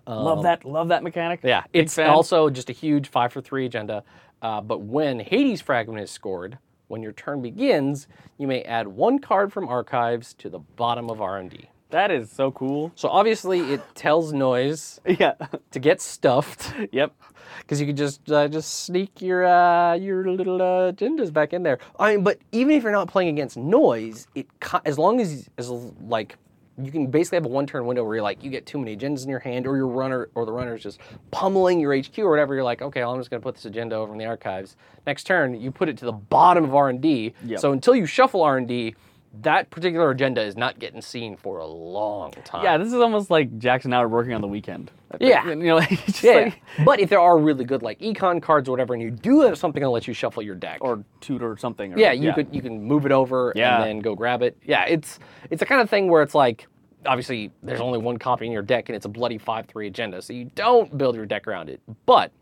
[SPEAKER 2] love that. Love that mechanic.
[SPEAKER 1] Um, Yeah,
[SPEAKER 2] Big
[SPEAKER 1] it's
[SPEAKER 2] fan.
[SPEAKER 1] also just a huge five for three agenda. Uh, but when Hades Fragment is scored, when your turn begins, you may add one card from archives to the bottom of R and D.
[SPEAKER 2] That is so cool. [LAUGHS]
[SPEAKER 1] So obviously, it tells Noise
[SPEAKER 2] Yeah.
[SPEAKER 1] to get stuffed
[SPEAKER 2] yep.
[SPEAKER 1] because you could just uh, just sneak your uh, your little uh, agendas back in there. I mean, but even if you're not playing against noise, it co- as long as as like you can basically have a one turn window where you're like you get too many agendas in your hand, or your runner or the runner is just pummeling your HQ or whatever. You're like, okay, well, I'm just gonna put this agenda over in the archives. Next turn, you put it to the bottom of R and D.
[SPEAKER 2] Yep.
[SPEAKER 1] So until you shuffle R and D. That particular agenda is not getting seen for a long time.
[SPEAKER 2] Yeah. This is almost like Jackson and I were working on the weekend.
[SPEAKER 1] Yeah.
[SPEAKER 2] You know. [LAUGHS] Like, just
[SPEAKER 1] [LAUGHS] Yeah.
[SPEAKER 2] Like,
[SPEAKER 1] but if there are really good like econ cards or whatever, and you do have something that'll let you shuffle your deck,
[SPEAKER 2] or tutor or something. Or,
[SPEAKER 1] yeah, you could you can move it over
[SPEAKER 2] Yeah.
[SPEAKER 1] and then go grab it. Yeah, it's it's the kind of thing where it's like obviously there's only one copy in your deck and it's a bloody five three agenda, so you don't build your deck around it. But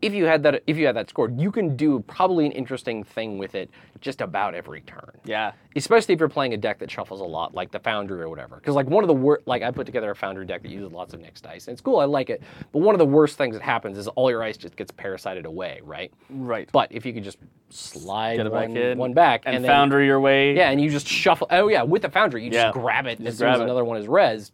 [SPEAKER 1] if you had that if you had that scored, you can do probably an interesting thing with it just about every turn
[SPEAKER 2] Yeah.
[SPEAKER 1] especially if you're playing a deck that shuffles a lot, like the Foundry or whatever. Because like one of the worst, like I put together a Foundry deck that uses lots of Nix dice, and it's cool, I like it. But one of the worst things that happens is all your ice just gets parasited away, right?
[SPEAKER 2] Right.
[SPEAKER 1] But if you could just slide
[SPEAKER 2] Get it back
[SPEAKER 1] one,
[SPEAKER 2] in.
[SPEAKER 1] one back
[SPEAKER 2] and,
[SPEAKER 1] then-
[SPEAKER 2] founder your way.
[SPEAKER 1] yeah, and you just shuffle. Oh yeah, with the Foundry, you
[SPEAKER 2] Yeah.
[SPEAKER 1] just grab it and as soon
[SPEAKER 2] grab
[SPEAKER 1] as
[SPEAKER 2] it.
[SPEAKER 1] another one is rezzed.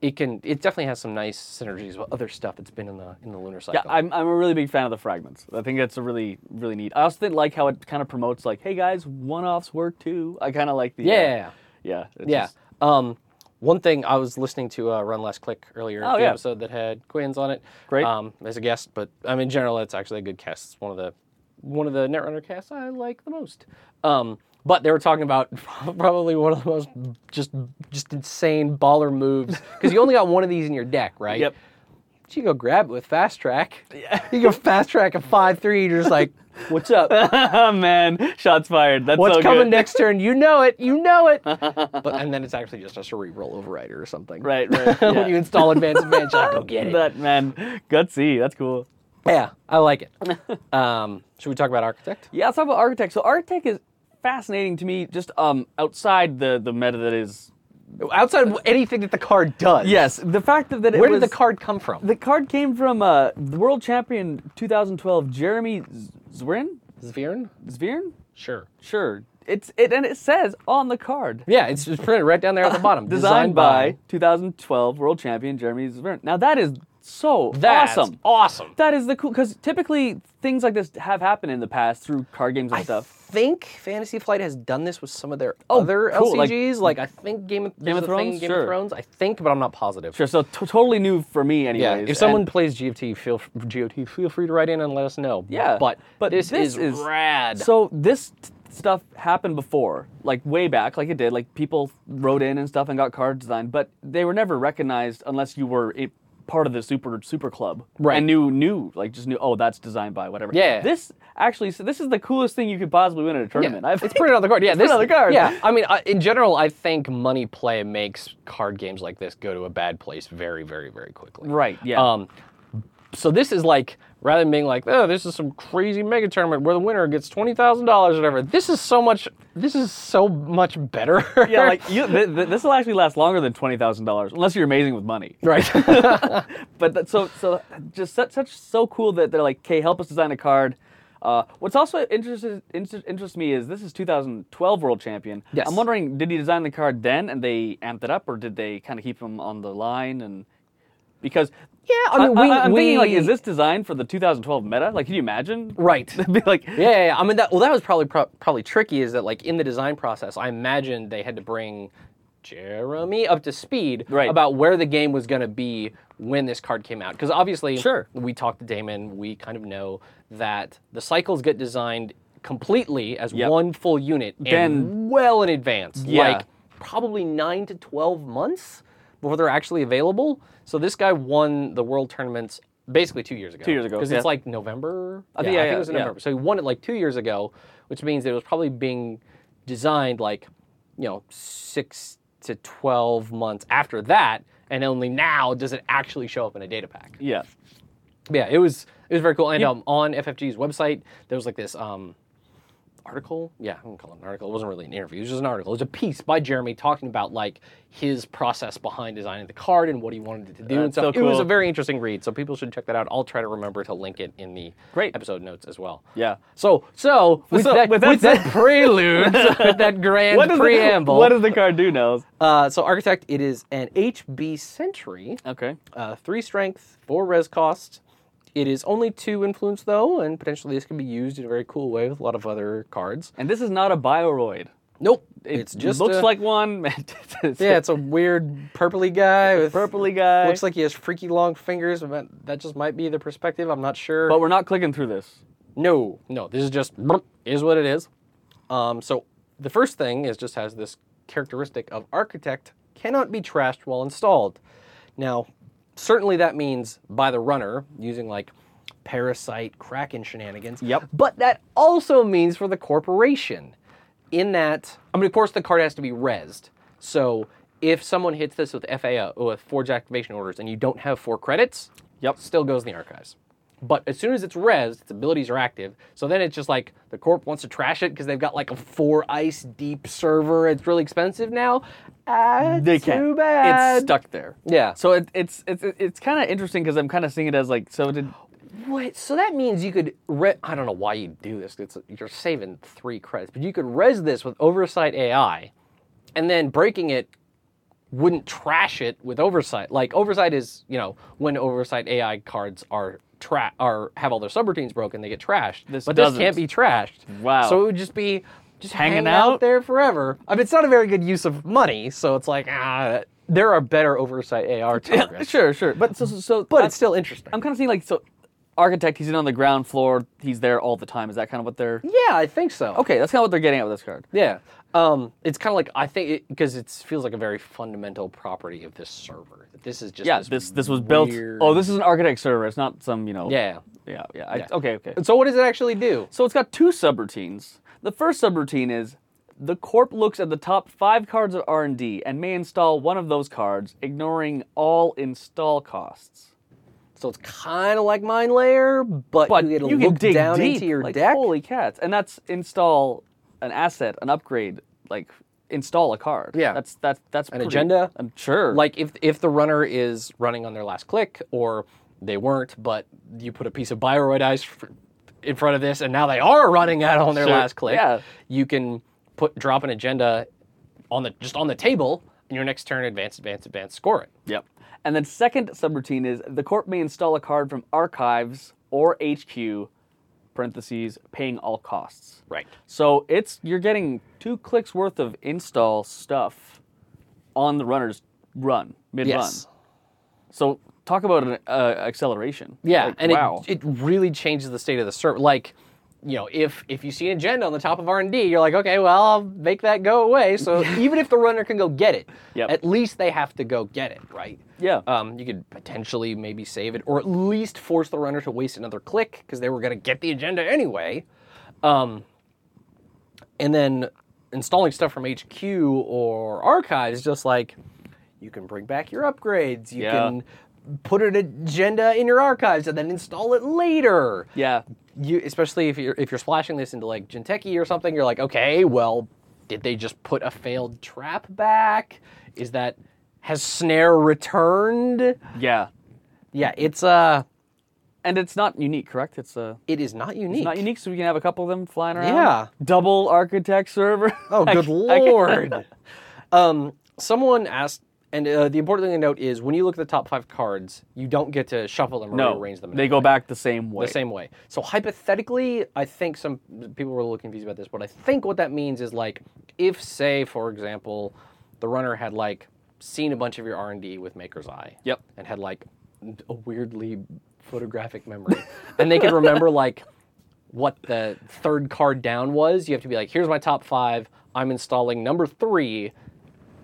[SPEAKER 1] It can. It definitely has some nice synergies with other stuff that's been in the in the lunar cycle.
[SPEAKER 2] Yeah, [LAUGHS] I'm, I'm a really big fan of the fragments. I think that's a really really neat. I also think like how it kind of promotes like, hey guys, one offs work too. I kind of like the uh,
[SPEAKER 1] Yeah.
[SPEAKER 2] yeah it's
[SPEAKER 1] Yeah.
[SPEAKER 2] just-
[SPEAKER 1] Um, one thing I was listening to uh, Run Less Click earlier,
[SPEAKER 2] Oh,
[SPEAKER 1] the
[SPEAKER 2] yeah.
[SPEAKER 1] episode that had Quinn's on it.
[SPEAKER 2] Great.
[SPEAKER 1] Um, as a guest, but um, in general, it's actually a good cast. It's one of the one of the Netrunner casts I like the most. Um, but they were talking about [LAUGHS] probably one of the most just just insane baller moves because you only got one of these in your deck, right?
[SPEAKER 2] Yep. [LAUGHS]
[SPEAKER 1] So you go grab it with fast track. Yeah. [LAUGHS] You go fast track a five three. You're just like,
[SPEAKER 2] [LAUGHS]
[SPEAKER 1] what's up?
[SPEAKER 2] Oh, man, shots fired. That's
[SPEAKER 1] What's
[SPEAKER 2] so
[SPEAKER 1] coming
[SPEAKER 2] good.
[SPEAKER 1] next turn? You know it. You know
[SPEAKER 2] [LAUGHS]
[SPEAKER 1] it. but and then it's actually just a cerebral overrider or something. [LAUGHS]
[SPEAKER 2] Right, right. Yeah.
[SPEAKER 1] when you install advanced advantage, [LAUGHS] I go get it.
[SPEAKER 2] that man, gutsy. That's cool.
[SPEAKER 1] yeah, I like [LAUGHS] it. Um, should we talk about architect?
[SPEAKER 2] Yeah, let's talk about Architect. So Architect is fascinating to me, just um outside the the meta that is.
[SPEAKER 1] Outside of anything that the card does.
[SPEAKER 2] Yes, the fact that, that it
[SPEAKER 1] Where
[SPEAKER 2] was,
[SPEAKER 1] did the card come from?
[SPEAKER 2] the card came from uh, the world champion 2012 Jeremy Z- Zwirn
[SPEAKER 1] Zvern?
[SPEAKER 2] Zvirn.
[SPEAKER 1] Sure.
[SPEAKER 2] Sure, it's it and it says on the card.
[SPEAKER 1] Yeah, it's just printed right down there at the [LAUGHS] bottom.
[SPEAKER 2] Designed by 2012 world champion Jeremy Zvern. Now that is so
[SPEAKER 1] That's
[SPEAKER 2] awesome.
[SPEAKER 1] Awesome.
[SPEAKER 2] That is the cool because typically things like this have happened in the past through card games and stuff.
[SPEAKER 1] think Fantasy Flight has done this with some of their other
[SPEAKER 2] cool, like-
[SPEAKER 1] LCGs. Oh, Like, I think Game of, there's
[SPEAKER 2] of
[SPEAKER 1] a thing,
[SPEAKER 2] Thrones?
[SPEAKER 1] Game
[SPEAKER 2] Sure.
[SPEAKER 1] of Thrones. I think, but I'm not positive.
[SPEAKER 2] Sure, so t- totally new for me, anyways.
[SPEAKER 1] Yeah,
[SPEAKER 2] and-
[SPEAKER 1] if someone plays GFT, feel f- GOT, feel free to write in and let us know.
[SPEAKER 2] Yeah,
[SPEAKER 1] but this, is, rad.
[SPEAKER 2] So this t- stuff happened before, like way back, like it did. Like people wrote in and stuff and got card designed, but they were never recognized unless you were a part of the super super club
[SPEAKER 1] Right.
[SPEAKER 2] and knew knew like just knew. Oh, that's designed by whatever.
[SPEAKER 1] Yeah.
[SPEAKER 2] This actually, so this is the coolest thing you could possibly win at a
[SPEAKER 1] yeah,
[SPEAKER 2] tournament. I've,
[SPEAKER 1] it's [LAUGHS] printed on the card. Yeah, this
[SPEAKER 2] printed on the card.
[SPEAKER 1] Yeah, I mean, I, in general, I think money play makes card games like this go to a bad place very, very, very quickly.
[SPEAKER 2] right. Yeah.
[SPEAKER 1] Um, So this is like rather than being like, oh, this is some crazy mega tournament where the winner gets twenty thousand dollars or whatever. This is so much. This is so much better.
[SPEAKER 2] Yeah, like you, th- th- this will actually last longer than twenty thousand dollars, unless you're amazing with money.
[SPEAKER 1] [LAUGHS] right.
[SPEAKER 2] But that, so so just such, such so cool that they're like, okay, help us design a card. Uh, what's also interested inter- interests me is this is 2012 World Champion.
[SPEAKER 1] Yes.
[SPEAKER 2] I'm wondering, did he design the card then and they amped it up, or did they kind of keep him on the line and because
[SPEAKER 1] yeah, I mean, we,
[SPEAKER 2] am
[SPEAKER 1] we,
[SPEAKER 2] thinking like, is this designed for the 2012 meta? Like, can you imagine?
[SPEAKER 1] right?
[SPEAKER 2] It'd [LAUGHS] be like,
[SPEAKER 1] Yeah, yeah, yeah. I mean, that, well, that was probably pro- probably tricky. Is that like in the design process? I imagine they had to bring Jeremy up to speed
[SPEAKER 2] Right.
[SPEAKER 1] about where the game was going to be when this card came out. Because obviously,
[SPEAKER 2] Sure.
[SPEAKER 1] we talked to Damon. We kind of know that the cycles get designed completely as
[SPEAKER 2] Yep.
[SPEAKER 1] one full unit
[SPEAKER 2] Then-
[SPEAKER 1] and well in advance.
[SPEAKER 2] Yeah.
[SPEAKER 1] Like probably nine to 12 months before they're actually available. So this guy won the world tournaments basically two years ago.
[SPEAKER 2] Two years ago,
[SPEAKER 1] Because
[SPEAKER 2] yeah.
[SPEAKER 1] it's like November.
[SPEAKER 2] I
[SPEAKER 1] I
[SPEAKER 2] think-
[SPEAKER 1] think,
[SPEAKER 2] yeah,
[SPEAKER 1] I think
[SPEAKER 2] yeah,
[SPEAKER 1] it was in
[SPEAKER 2] yeah.
[SPEAKER 1] November. So he won it like two years ago, which means that it was probably being designed like, you know, six to 12 months after that. And only now does it actually show up in a data pack.
[SPEAKER 2] yeah.
[SPEAKER 1] Yeah, it was it was very cool. And um, on FFG's website, there was like this um, article. Yeah, I'm gonna call it an article. It wasn't really an interview. It was just an article. It was a piece by Jeremy talking about like his process behind designing the card and what he wanted it to do and
[SPEAKER 2] That's so
[SPEAKER 1] stuff. It was
[SPEAKER 2] cool.
[SPEAKER 1] a very interesting read. So people should check that out. I'll try to remember to link it in the
[SPEAKER 2] Great.
[SPEAKER 1] episode notes as well.
[SPEAKER 2] Yeah.
[SPEAKER 1] So so with,
[SPEAKER 2] So,
[SPEAKER 1] that,
[SPEAKER 2] with
[SPEAKER 1] with
[SPEAKER 2] that
[SPEAKER 1] that [LAUGHS] prelude, with [LAUGHS] that grand
[SPEAKER 2] does the- [LAUGHS]
[SPEAKER 1] preamble.
[SPEAKER 2] what does the card do, Nels?
[SPEAKER 1] uh, so architect, it is an HB Century
[SPEAKER 2] Okay.
[SPEAKER 1] uh, three strength, four res cost. It is only two influence though, and potentially this can be used in a very cool way with a lot of other cards.
[SPEAKER 2] And this is not a bioroid.
[SPEAKER 1] Nope,
[SPEAKER 2] It
[SPEAKER 1] it's just
[SPEAKER 2] looks
[SPEAKER 1] a-
[SPEAKER 2] like one. [LAUGHS] It's- it's-
[SPEAKER 1] yeah, it's a weird purpley guy with
[SPEAKER 2] Purpley guy.
[SPEAKER 1] Looks like he has freaky long fingers. but That just might be the perspective. I'm not sure.
[SPEAKER 2] But we're not clicking through this.
[SPEAKER 1] No, no. This is just is what it is. Um, so the first thing is just has this characteristic of architect cannot be trashed while installed. Now, certainly that means by the runner using like parasite kraken shenanigans.
[SPEAKER 2] Yep.
[SPEAKER 1] But that also means for the corporation. In that, I mean, of course, the card has to be resed. So if someone hits this with FAO with forge activation orders and you don't have four credits,
[SPEAKER 2] Yep.
[SPEAKER 1] still goes in the archives. But as soon as it's res, its abilities are active. So then it's just like the corp wants to trash it because they've got like a four ice deep server. It's really expensive now. Ah,
[SPEAKER 2] They
[SPEAKER 1] too
[SPEAKER 2] can't.
[SPEAKER 1] bad.
[SPEAKER 2] It's stuck there.
[SPEAKER 1] Yeah.
[SPEAKER 2] So it, it's it's it's kind of interesting because I'm kind of seeing it as like so
[SPEAKER 1] [GASPS]
[SPEAKER 2] did
[SPEAKER 1] Wait, so that means you could. Re- I don't know why you do this. It's, you're saving three credits, but you could res this with oversight AI, and then breaking it wouldn't trash it with oversight. Like oversight is, you know, when oversight AI cards are tra- are have all their subroutines broken, they get trashed.
[SPEAKER 2] This
[SPEAKER 1] but
[SPEAKER 2] doesn't.
[SPEAKER 1] this can't be trashed.
[SPEAKER 2] Wow.
[SPEAKER 1] So it would just be just
[SPEAKER 2] Hanging
[SPEAKER 1] hanging,
[SPEAKER 2] out?
[SPEAKER 1] out there forever. I mean, it's not a very good use of money. So it's like ah, there are better oversight AR targets,
[SPEAKER 2] sure sure but so so, so
[SPEAKER 1] but
[SPEAKER 2] I'm-
[SPEAKER 1] it's still interesting.
[SPEAKER 2] I'm kind of seeing like so architect he's in on the ground floor he's there all the time is that kind of what they're
[SPEAKER 1] yeah, I think so.
[SPEAKER 2] okay that's kind of what they're getting at with this card
[SPEAKER 1] Yeah. Um, it's kind of like I think because it, feels like a very fundamental property of this server. That this is just
[SPEAKER 2] yeah
[SPEAKER 1] this,
[SPEAKER 2] this this was built
[SPEAKER 1] weird-
[SPEAKER 2] oh this is an architect server it's not some you know
[SPEAKER 1] yeah.
[SPEAKER 2] yeah yeah, I, okay okay
[SPEAKER 1] And so what does it actually do?
[SPEAKER 2] So it's got two subroutines. The first subroutine is the corp looks at the top five cards of R&D and may install one of those cards, ignoring all install costs.
[SPEAKER 1] So it's kind of like mine layer, but,
[SPEAKER 2] But
[SPEAKER 1] you get to
[SPEAKER 2] you can
[SPEAKER 1] look
[SPEAKER 2] dig
[SPEAKER 1] down
[SPEAKER 2] deep,
[SPEAKER 1] into your
[SPEAKER 2] like,
[SPEAKER 1] deck.
[SPEAKER 2] Holy cats! And that's install an asset, an upgrade, like install a card.
[SPEAKER 1] Yeah.
[SPEAKER 2] that's that's that's
[SPEAKER 1] An agenda?
[SPEAKER 2] I'm sure.
[SPEAKER 1] Like if if the runner is running on their last click, or they weren't, but you put a piece of bioroid ice f- in front of this, and now they are running out on their
[SPEAKER 2] Sure.
[SPEAKER 1] last click.
[SPEAKER 2] Yeah.
[SPEAKER 1] you can put drop an agenda on the just on the table, and your next turn advance, advance, advance, score it.
[SPEAKER 2] Yep. And then second subroutine is the corp may install a card from archives or HQ, parentheses, paying all costs.
[SPEAKER 1] Right.
[SPEAKER 2] So it's you're getting two clicks worth of install stuff on the runner's run, mid run.
[SPEAKER 1] Yes.
[SPEAKER 2] So talk about an uh, acceleration.
[SPEAKER 1] Yeah,
[SPEAKER 2] Like,
[SPEAKER 1] and
[SPEAKER 2] wow.
[SPEAKER 1] it, it really changes the state of the server. Like, you know, if if you see an agenda on the top of R and D, you're like, okay, well, I'll make that go away.
[SPEAKER 2] [LAUGHS]
[SPEAKER 1] So even if the runner can go get it,
[SPEAKER 2] Yep.
[SPEAKER 1] at least they have to go get it, right?
[SPEAKER 2] Yeah.
[SPEAKER 1] Um, you could potentially maybe save it, or at least force the runner to waste another click because they were going to get the agenda anyway. Um, and then installing stuff from HQ or archives, just like you can bring back your upgrades. You
[SPEAKER 2] Yeah.
[SPEAKER 1] can put an agenda in your archives and then install it later.
[SPEAKER 2] Yeah.
[SPEAKER 1] You especially if you're if you're splashing this into like Genteki or something, you're like, okay, well, did they just put a failed trap back? Is that has Snare returned?
[SPEAKER 2] Yeah.
[SPEAKER 1] Yeah, it's uh
[SPEAKER 2] And it's not unique, correct? It's uh,
[SPEAKER 1] it is not unique.
[SPEAKER 2] not unique, so we can have a couple of them flying around.
[SPEAKER 1] Yeah.
[SPEAKER 2] Double architect server.
[SPEAKER 1] [LAUGHS] Oh,
[SPEAKER 2] [LAUGHS] I
[SPEAKER 1] good
[SPEAKER 2] can- I can-
[SPEAKER 1] lord. [LAUGHS] um, someone asked, and uh, the important thing to note is when you look at the top five cards, you don't get to shuffle them or
[SPEAKER 2] no,
[SPEAKER 1] rearrange them. in
[SPEAKER 2] they
[SPEAKER 1] any
[SPEAKER 2] go
[SPEAKER 1] way.
[SPEAKER 2] back the same way.
[SPEAKER 1] the same way. So hypothetically, I think some people were a little confused about this, but I think what that means is like if, say, for example, the runner had like seen a bunch of your R and D with Maker's Eye,
[SPEAKER 2] Yep.
[SPEAKER 1] and had like a weirdly photographic memory, [LAUGHS] and they could remember like what the third card down was. You have to be like, here's my top five. I'm installing number three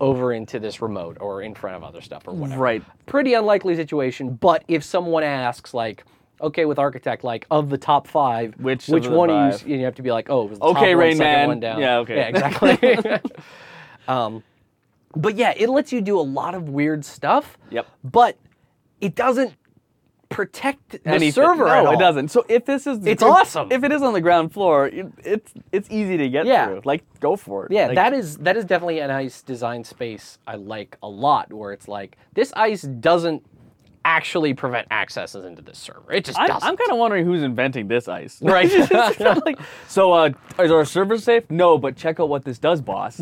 [SPEAKER 1] over into this remote or in front of other stuff or whatever
[SPEAKER 2] Right.
[SPEAKER 1] pretty unlikely situation. But if someone asks, like, okay, with Architect, like of the top five,
[SPEAKER 2] Which
[SPEAKER 1] which
[SPEAKER 2] of the
[SPEAKER 1] one are you?
[SPEAKER 2] five?
[SPEAKER 1] s- You have to be like, oh, it was the top
[SPEAKER 2] Okay,
[SPEAKER 1] one,
[SPEAKER 2] Rain
[SPEAKER 1] second
[SPEAKER 2] Man.
[SPEAKER 1] one down.
[SPEAKER 2] Yeah, okay.
[SPEAKER 1] yeah, exactly.
[SPEAKER 2] [LAUGHS]
[SPEAKER 1] [LAUGHS] um, but yeah, it lets you do a lot of weird stuff.
[SPEAKER 2] Yep.
[SPEAKER 1] But it doesn't protect the
[SPEAKER 2] Anything.
[SPEAKER 1] server
[SPEAKER 2] No,
[SPEAKER 1] at all.
[SPEAKER 2] it doesn't. So if this is,
[SPEAKER 1] It's
[SPEAKER 2] if-
[SPEAKER 1] awesome.
[SPEAKER 2] If it is on the ground floor, it, it's it's easy to get
[SPEAKER 1] Yeah.
[SPEAKER 2] through. Like, go for it.
[SPEAKER 1] Yeah,
[SPEAKER 2] Like,
[SPEAKER 1] that is that is definitely a nice design space I like a lot. Where it's like this ice doesn't actually prevent accesses into this server. It just
[SPEAKER 2] I'm,
[SPEAKER 1] doesn't.
[SPEAKER 2] I'm kind of wondering who's inventing this ice.
[SPEAKER 1] Right.
[SPEAKER 2] [LAUGHS] It's just
[SPEAKER 1] [LAUGHS]
[SPEAKER 2] like, so, uh, is our server safe? No, but check out what this does,
[SPEAKER 1] [LAUGHS]
[SPEAKER 2] boss.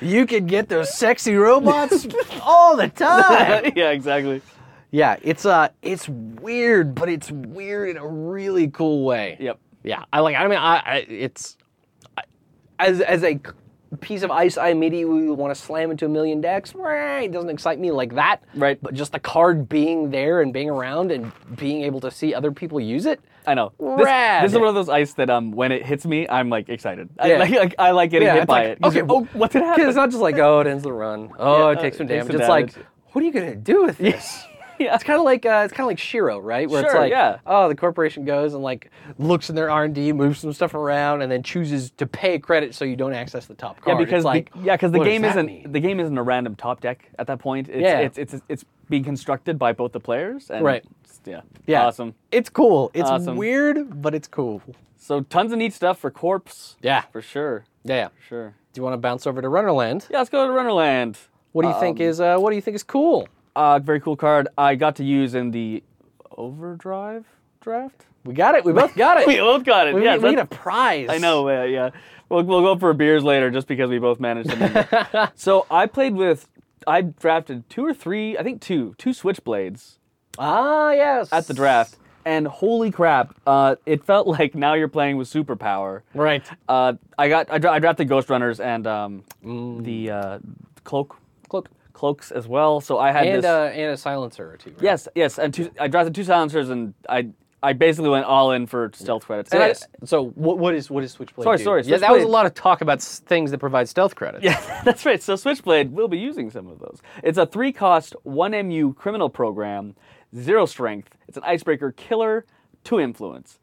[SPEAKER 1] You can get those sexy [LAUGHS] robots all the time.
[SPEAKER 2] [LAUGHS] yeah, exactly.
[SPEAKER 1] [LAUGHS] yeah, it's uh it's weird, but it's weird in a really cool way.
[SPEAKER 2] Yep.
[SPEAKER 1] Yeah, I like. I mean, I, I it's I, as as a piece of ice, I immediately want to slam into a million decks. Wah, It doesn't excite me like that.
[SPEAKER 2] Right.
[SPEAKER 1] But just the card being there and being around and being able to see other people use it.
[SPEAKER 2] I know. This,
[SPEAKER 1] Rad.
[SPEAKER 2] this is one of those ice that um, when it hits me, I'm like excited. I,
[SPEAKER 1] Yeah.
[SPEAKER 2] like, like, I like getting
[SPEAKER 1] Yeah,
[SPEAKER 2] hit
[SPEAKER 1] it's
[SPEAKER 2] by
[SPEAKER 1] like,
[SPEAKER 2] it. 'Cause
[SPEAKER 1] okay,
[SPEAKER 2] you're, oh, what
[SPEAKER 1] [LAUGHS]
[SPEAKER 2] did
[SPEAKER 1] Because it's
[SPEAKER 2] happen?
[SPEAKER 1] not just like, oh, it ends the run. Oh,
[SPEAKER 2] Yeah,
[SPEAKER 1] it takes some
[SPEAKER 2] it takes
[SPEAKER 1] damage.
[SPEAKER 2] some
[SPEAKER 1] it's like,
[SPEAKER 2] damage.
[SPEAKER 1] what are you gonna do with this?
[SPEAKER 2] [LAUGHS] Yeah.
[SPEAKER 1] It's kind of like uh, it's kind of like Shiro, right? Where it's
[SPEAKER 2] Sure,
[SPEAKER 1] like,
[SPEAKER 2] yeah.
[SPEAKER 1] oh, the corporation goes and like looks in their R and D, moves some stuff around, and then chooses to pay a credit so you don't access the top
[SPEAKER 2] Yeah,
[SPEAKER 1] card. It's
[SPEAKER 2] because
[SPEAKER 1] like,
[SPEAKER 2] the, yeah, 'cause the
[SPEAKER 1] what does
[SPEAKER 2] game
[SPEAKER 1] that
[SPEAKER 2] isn't
[SPEAKER 1] mean?
[SPEAKER 2] the game isn't a random top deck at that point. It's,
[SPEAKER 1] Yeah.
[SPEAKER 2] it's, it's it's being constructed by both the players. And
[SPEAKER 1] Right.
[SPEAKER 2] it's- Yeah.
[SPEAKER 1] Yeah.
[SPEAKER 2] Awesome.
[SPEAKER 1] It's cool. It's
[SPEAKER 2] Awesome.
[SPEAKER 1] weird, but it's cool.
[SPEAKER 2] So tons of neat stuff for Corpse.
[SPEAKER 1] Yeah.
[SPEAKER 2] For sure.
[SPEAKER 1] Yeah. yeah.
[SPEAKER 2] For sure.
[SPEAKER 1] Do you want to bounce over to Runnerland?
[SPEAKER 2] Yeah. Let's go to Runnerland.
[SPEAKER 1] What do you think is uh, what do you think is cool?
[SPEAKER 2] Uh, very cool card I got to use in the Overdrive draft.
[SPEAKER 1] We got it. [LAUGHS] We both got it.
[SPEAKER 2] We both got it.
[SPEAKER 1] We-
[SPEAKER 2] yes,
[SPEAKER 1] we need a
[SPEAKER 2] that's-
[SPEAKER 1] prize.
[SPEAKER 2] I [LAUGHS] know. Uh, yeah, we'll, we'll go for beers later, just because we both managed to. [LAUGHS] remember. so I played with. I drafted two or three. I think two, two switchblades
[SPEAKER 1] Ah, yes.
[SPEAKER 2] at the draft, and holy crap! Uh, it felt like now you're playing with superpower.
[SPEAKER 1] Right.
[SPEAKER 2] Uh, I got. I, dra- I drafted Ghost Runners and um, the uh, cloak,
[SPEAKER 1] Cloak.
[SPEAKER 2] cloaks as well. So I had
[SPEAKER 1] And
[SPEAKER 2] this.
[SPEAKER 1] uh, and a silencer or two. Right?
[SPEAKER 2] yes, yes, and two, I drafted two silencers, and I I basically went all in for stealth credits. And I-
[SPEAKER 1] Yes. so what, what is what is Switchblade?
[SPEAKER 2] Sorry,
[SPEAKER 1] do?
[SPEAKER 2] sorry,
[SPEAKER 1] Yeah, that was a
[SPEAKER 2] Switchblade-
[SPEAKER 1] lot of talk about s- things that provide stealth credits.
[SPEAKER 2] Yeah, [LAUGHS] that's right. So Switchblade will be using some of those. It's a three cost, one MU criminal program, zero strength. It's an icebreaker killer, two influence.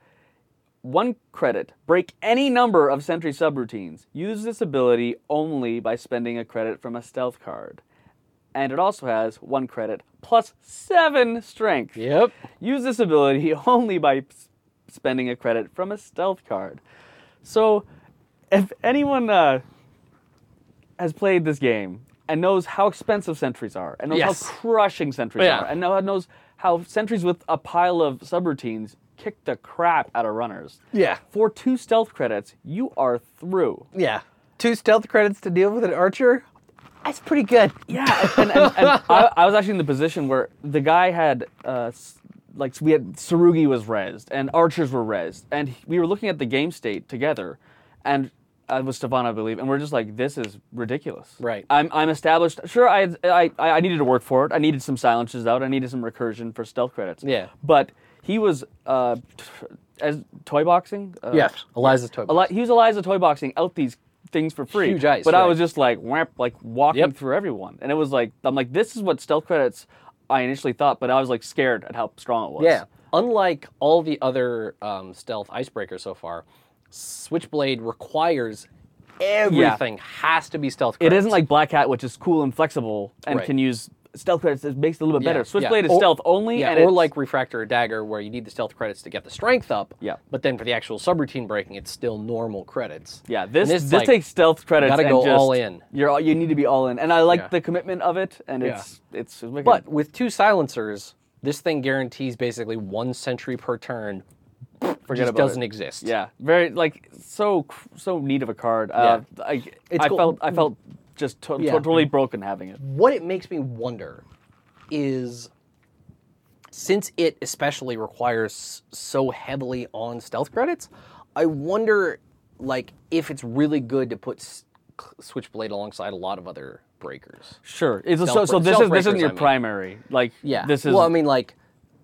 [SPEAKER 2] One credit. Break any number of sentry subroutines. Use this ability only by spending a credit from a stealth card. And it also has one credit plus seven strength.
[SPEAKER 1] Yep.
[SPEAKER 2] Use this ability [LAUGHS] only by s- spending a credit from a stealth card. So, if anyone uh, has played this game and knows how expensive sentries are, and knows
[SPEAKER 1] Yes.
[SPEAKER 2] how crushing sentries
[SPEAKER 1] Yeah.
[SPEAKER 2] are, and know- knows how sentries with a pile of subroutines kick the crap out of runners,
[SPEAKER 1] Yeah.
[SPEAKER 2] for two stealth credits, you are through.
[SPEAKER 1] Yeah. Two stealth credits to deal with an archer. That's pretty good.
[SPEAKER 2] Yeah, and, and, and
[SPEAKER 1] [LAUGHS]
[SPEAKER 2] I, I was actually in the position where the guy had, uh, s- like, we had Sarugi was rezzed and archers were rezzed, and he- we were looking at the game state together, and uh, with Stefan, I believe, and we're just like, this is ridiculous.
[SPEAKER 1] Right.
[SPEAKER 2] I'm, I'm established. Sure, I, I, I I needed to work for it. I needed some silences out. I needed some recursion for stealth credits.
[SPEAKER 1] Yeah.
[SPEAKER 2] But he was, uh, t- as toy boxing. Uh,
[SPEAKER 1] Eliza's toy.
[SPEAKER 2] Eli- he was Eliza toy boxing out these things for free.
[SPEAKER 1] Huge ice,
[SPEAKER 2] But I
[SPEAKER 1] right.
[SPEAKER 2] was just like, whamp, like walking
[SPEAKER 1] Yep.
[SPEAKER 2] through everyone, and it was like, I'm like, this is what stealth credits I initially thought, but I was like scared at how strong it was.
[SPEAKER 1] Yeah. Unlike all the other um, stealth icebreakers so far, Switchblade requires everything has to be stealth.
[SPEAKER 2] It
[SPEAKER 1] Credits.
[SPEAKER 2] isn't like Black Hat, which is cool and flexible and
[SPEAKER 1] Right.
[SPEAKER 2] can use stealth credits it makes it a little bit
[SPEAKER 1] Yeah,
[SPEAKER 2] better.
[SPEAKER 1] yeah.
[SPEAKER 2] Switchblade is
[SPEAKER 1] Or-
[SPEAKER 2] stealth only,
[SPEAKER 1] Yeah,
[SPEAKER 2] and
[SPEAKER 1] or
[SPEAKER 2] it's-
[SPEAKER 1] like Refractor or Dagger, where you need the stealth credits to get the strength up.
[SPEAKER 2] Yeah.
[SPEAKER 1] But then for the actual subroutine breaking, it's still normal credits.
[SPEAKER 2] yeah,
[SPEAKER 1] And
[SPEAKER 2] this this,
[SPEAKER 1] like,
[SPEAKER 2] takes stealth credits.
[SPEAKER 1] gotta
[SPEAKER 2] and
[SPEAKER 1] go
[SPEAKER 2] just-
[SPEAKER 1] all in.
[SPEAKER 2] You're all, you need to be all in, and I like
[SPEAKER 1] Yeah.
[SPEAKER 2] the commitment of it, and
[SPEAKER 1] Yeah.
[SPEAKER 2] it's it's. it's wicked.
[SPEAKER 1] But with two silencers, this thing guarantees basically one century per turn.
[SPEAKER 2] Forget
[SPEAKER 1] just
[SPEAKER 2] about it.
[SPEAKER 1] doesn't exist.
[SPEAKER 2] yeah, very like so cr- so neat of a card. Uh, I,
[SPEAKER 1] It's
[SPEAKER 2] I
[SPEAKER 1] cool.
[SPEAKER 2] felt I felt just to-
[SPEAKER 1] Yeah.
[SPEAKER 2] totally broken having it.
[SPEAKER 1] What it makes me wonder is since it especially requires so heavily on stealth credits, I wonder like if it's really good to put S- Switchblade alongside a lot of other breakers.
[SPEAKER 2] Sure, it's, so
[SPEAKER 1] Stealth
[SPEAKER 2] so
[SPEAKER 1] break-
[SPEAKER 2] this
[SPEAKER 1] stealth
[SPEAKER 2] is this isn't
[SPEAKER 1] breakers,
[SPEAKER 2] your
[SPEAKER 1] I mean.
[SPEAKER 2] primary. Like
[SPEAKER 1] Yeah.
[SPEAKER 2] this is
[SPEAKER 1] Well, I mean, like,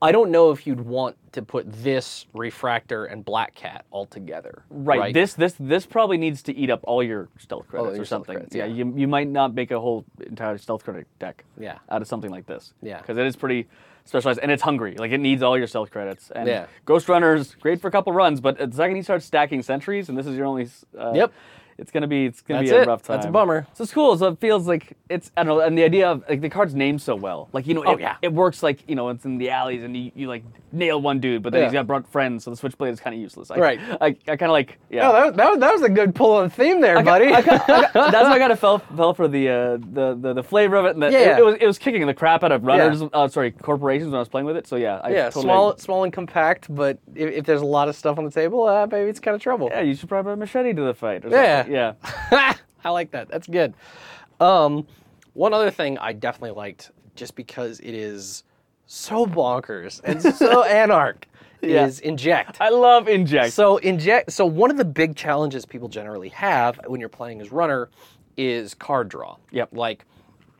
[SPEAKER 1] I don't know if you'd want to put this refractor and black cat all together.
[SPEAKER 2] Right. This this this probably needs to eat up all your stealth credits
[SPEAKER 1] your
[SPEAKER 2] or
[SPEAKER 1] stealth
[SPEAKER 2] something.
[SPEAKER 1] credits,
[SPEAKER 2] yeah.
[SPEAKER 1] yeah.
[SPEAKER 2] you you might not make a whole entire stealth credit deck.
[SPEAKER 1] Yeah.
[SPEAKER 2] Out of something like this.
[SPEAKER 1] Yeah.
[SPEAKER 2] Because it is pretty specialized and it's hungry. Like it needs all your stealth credits. And
[SPEAKER 1] Yeah.
[SPEAKER 2] Ghost Runner's great for a couple runs, but the second you start stacking sentries, and this is your only. s- Uh,
[SPEAKER 1] Yep.
[SPEAKER 2] It's gonna be it's gonna be
[SPEAKER 1] That's
[SPEAKER 2] a
[SPEAKER 1] it.
[SPEAKER 2] rough time.
[SPEAKER 1] That's a bummer.
[SPEAKER 2] So it's cool. So it feels like it's I don't know, and the idea of like the card's named so well. Like you know,
[SPEAKER 1] Oh,
[SPEAKER 2] it,
[SPEAKER 1] yeah.
[SPEAKER 2] it works like you know, it's in the alleys, and you, you like nail one dude, but then
[SPEAKER 1] Yeah.
[SPEAKER 2] he's got brought friends, so the switchblade is kind of useless. I,
[SPEAKER 1] Right.
[SPEAKER 2] I, I kind of like yeah.
[SPEAKER 1] Oh, that was, that, was, that was a good pull on theme there, buddy.
[SPEAKER 2] I kinda- [LAUGHS] I kinda- that's why I kind of fell, fell for the, uh, the the the flavor of it. And the,
[SPEAKER 1] Yeah.
[SPEAKER 2] it, it was it was kicking the crap out of runners. Uh, sorry, corporations when I was playing with it. So yeah, I
[SPEAKER 1] yeah,
[SPEAKER 2] totally,
[SPEAKER 1] small, small and compact, but if, if there's a lot of stuff on the table, uh, maybe it's kind of trouble.
[SPEAKER 2] Yeah, you should probably bring a machete to the fight. Or
[SPEAKER 1] Yeah.
[SPEAKER 2] something. yeah.
[SPEAKER 1] [LAUGHS] I like that. That's good. Um, one other thing I definitely liked, just because it is so bonkers and so anarch,
[SPEAKER 2] Yeah.
[SPEAKER 1] is inject.
[SPEAKER 2] I love inject.
[SPEAKER 1] So inject. So one of the big challenges people generally have when you're playing as runner is card draw.
[SPEAKER 2] Yep.
[SPEAKER 1] Like,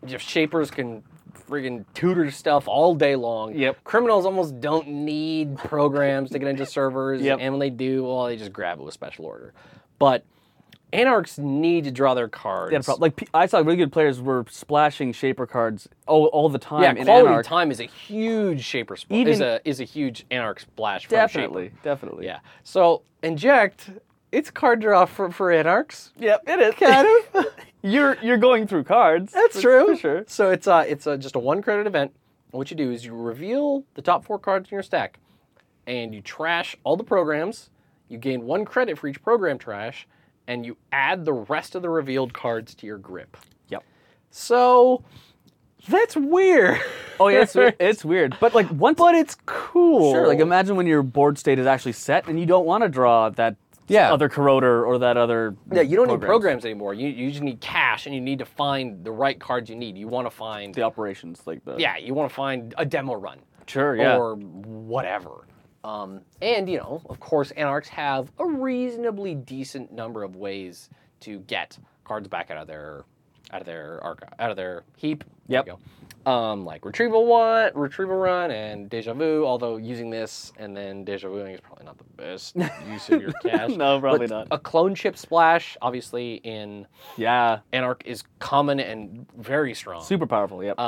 [SPEAKER 1] if shapers can friggin' tutor stuff all day long.
[SPEAKER 2] Yep.
[SPEAKER 1] Criminals almost don't need programs to get into servers.
[SPEAKER 2] Yep.
[SPEAKER 1] And when they do, well, they just grab it with special order. But anarchs need to draw their cards.
[SPEAKER 2] They had a problem. Like pe- I saw really good players were splashing shaper cards all, all the time
[SPEAKER 1] Yeah,
[SPEAKER 2] in
[SPEAKER 1] quality
[SPEAKER 2] Anarch.
[SPEAKER 1] time is a huge shaper. Sp- is
[SPEAKER 2] Even-
[SPEAKER 1] a is a huge anarch splash. From Shaper.
[SPEAKER 2] Definitely, definitely.
[SPEAKER 1] Yeah. So inject. It's card draw for, for anarchs.
[SPEAKER 2] Yep, it is.
[SPEAKER 1] Kind [LAUGHS] of.
[SPEAKER 2] you're you're going through cards.
[SPEAKER 1] That's
[SPEAKER 2] for-
[SPEAKER 1] true.
[SPEAKER 2] For sure.
[SPEAKER 1] So it's uh it's uh just a one credit event. And what you do is you reveal the top four cards in your stack, and you trash all the programs. You gain one credit for each program trash, and you add the rest of the revealed cards to your grip.
[SPEAKER 2] Yep.
[SPEAKER 1] So that's weird.
[SPEAKER 2] Oh yeah, it's, weird- it's weird. But like once
[SPEAKER 1] but it's cool.
[SPEAKER 2] Sure. Like imagine when your board state is actually set and you don't want to draw that
[SPEAKER 1] Yeah.
[SPEAKER 2] other corroder or that other.
[SPEAKER 1] [LAUGHS] Yeah, you don't need programs anymore. You, you just need cash, and you need to find the right cards you need. You want to find
[SPEAKER 2] The operations like the.
[SPEAKER 1] yeah, you want to find a demo run.
[SPEAKER 2] Sure, yeah.
[SPEAKER 1] Or whatever. Um, and, you know, of course, anarchs have a reasonably decent number of ways to get cards back out of their out of their archive, out of their heap. There
[SPEAKER 2] Yep.
[SPEAKER 1] you go. Um, like retrieval one, retrieval run, and deja vu. Although using this and then deja vuing is probably not the
[SPEAKER 2] [LAUGHS]
[SPEAKER 1] best use of your cash.
[SPEAKER 2] No, probably
[SPEAKER 1] But
[SPEAKER 2] not.
[SPEAKER 1] A clone chip splash, obviously in
[SPEAKER 2] Yeah.
[SPEAKER 1] anarch, is common and very strong.
[SPEAKER 2] Super powerful. Yep.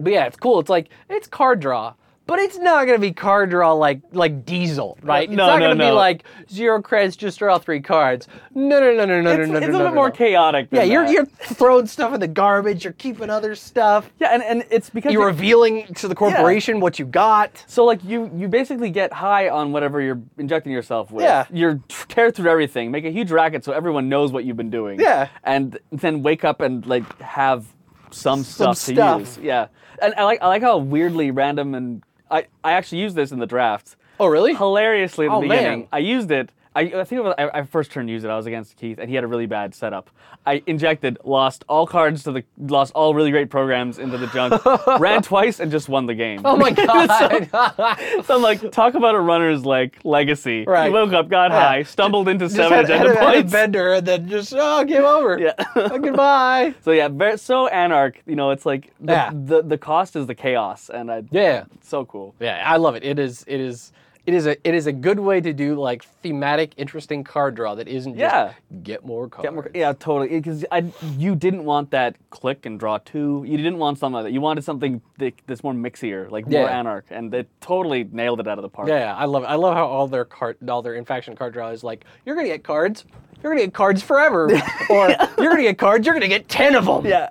[SPEAKER 1] But yeah, it's cool. It's like it's card draw, but it's not gonna be card draw like like Diesel, right?
[SPEAKER 2] Uh, no,
[SPEAKER 1] it's not
[SPEAKER 2] no,
[SPEAKER 1] gonna be
[SPEAKER 2] no.
[SPEAKER 1] like zero credits, just draw three cards. No, no, no, no, no, no,
[SPEAKER 2] it's
[SPEAKER 1] no, no,
[SPEAKER 2] it's a
[SPEAKER 1] no,
[SPEAKER 2] little
[SPEAKER 1] no,
[SPEAKER 2] more
[SPEAKER 1] no.
[SPEAKER 2] chaotic. Than
[SPEAKER 1] Yeah, you're
[SPEAKER 2] that.
[SPEAKER 1] you're throwing stuff in the garbage. You're keeping other
[SPEAKER 2] [LAUGHS]
[SPEAKER 1] stuff.
[SPEAKER 2] Yeah, and, and it's because
[SPEAKER 1] You're
[SPEAKER 2] it-
[SPEAKER 1] revealing to the corporation what you got.
[SPEAKER 2] So like you you basically get high on whatever you're injecting yourself with.
[SPEAKER 1] Yeah.
[SPEAKER 2] You're [LAUGHS] tear through everything, make a huge racket so everyone knows what you've been doing.
[SPEAKER 1] Yeah.
[SPEAKER 2] And then wake up and like have some
[SPEAKER 1] Some
[SPEAKER 2] stuff,
[SPEAKER 1] stuff.
[SPEAKER 2] to use. Yeah. And I like I like how weirdly random and I I actually used this in the draft.
[SPEAKER 1] Oh, really?
[SPEAKER 2] Hilariously at the
[SPEAKER 1] Oh, man.
[SPEAKER 2] beginning. I used it. I, I think it was, I, I first turn used it. I was against Keith, and he had a really bad setup. I injected, lost all cards to the, lost all really great programs into the
[SPEAKER 1] [LAUGHS]
[SPEAKER 2] junk, ran twice, and just won the game.
[SPEAKER 1] Oh
[SPEAKER 2] [LAUGHS]
[SPEAKER 1] my [LAUGHS] god!
[SPEAKER 2] So I'm like, talk about a runner's like legacy.
[SPEAKER 1] Right.
[SPEAKER 2] He woke up, got high, stumbled into
[SPEAKER 1] just
[SPEAKER 2] seven
[SPEAKER 1] had, had, a, had
[SPEAKER 2] agenda
[SPEAKER 1] a
[SPEAKER 2] points.
[SPEAKER 1] bender and then just oh, game over.
[SPEAKER 2] Yeah.
[SPEAKER 1] Oh, [LAUGHS]
[SPEAKER 2] [LAUGHS]
[SPEAKER 1] goodbye.
[SPEAKER 2] so yeah, very, so anarch. You know, it's like the,
[SPEAKER 1] Yeah.
[SPEAKER 2] the the cost is the chaos, and I
[SPEAKER 1] Yeah.
[SPEAKER 2] it's so cool.
[SPEAKER 1] Yeah, I love it. It is it is it is a it is a good way to do like thematic, interesting card draw that isn't
[SPEAKER 2] Yeah.
[SPEAKER 1] just get more cards.
[SPEAKER 2] Yeah, more- Yeah, totally. Because I you didn't want that click and draw two. You didn't want something like that. You wanted something th- that's more mixier, like more
[SPEAKER 1] Yeah.
[SPEAKER 2] anarch, and they totally nailed it out of the park.
[SPEAKER 1] Yeah, yeah, I love it. I love how all their card all their infaction card draw is like you're [LAUGHS] gonna get cards. You're gonna get cards forever, or you're gonna get cards. You're gonna get ten of them.
[SPEAKER 2] Yeah.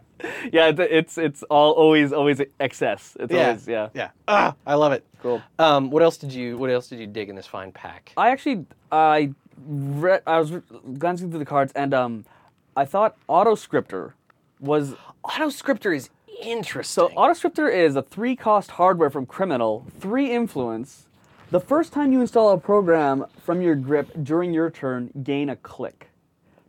[SPEAKER 2] yeah, it- it's it's all always always excess. It's
[SPEAKER 1] Yeah.
[SPEAKER 2] always yeah.
[SPEAKER 1] Yeah. Ah, I love it.
[SPEAKER 2] Cool.
[SPEAKER 1] Um, what else did you What else did you dig in this fine pack?
[SPEAKER 2] I actually I read I was re- glancing through the cards and um I thought Autoscriptor was
[SPEAKER 1] Autoscriptor is interesting.
[SPEAKER 2] So Autoscriptor is a three-cost hardware from Criminal, three influence. The first time you install a program from your grip during your turn, gain a click.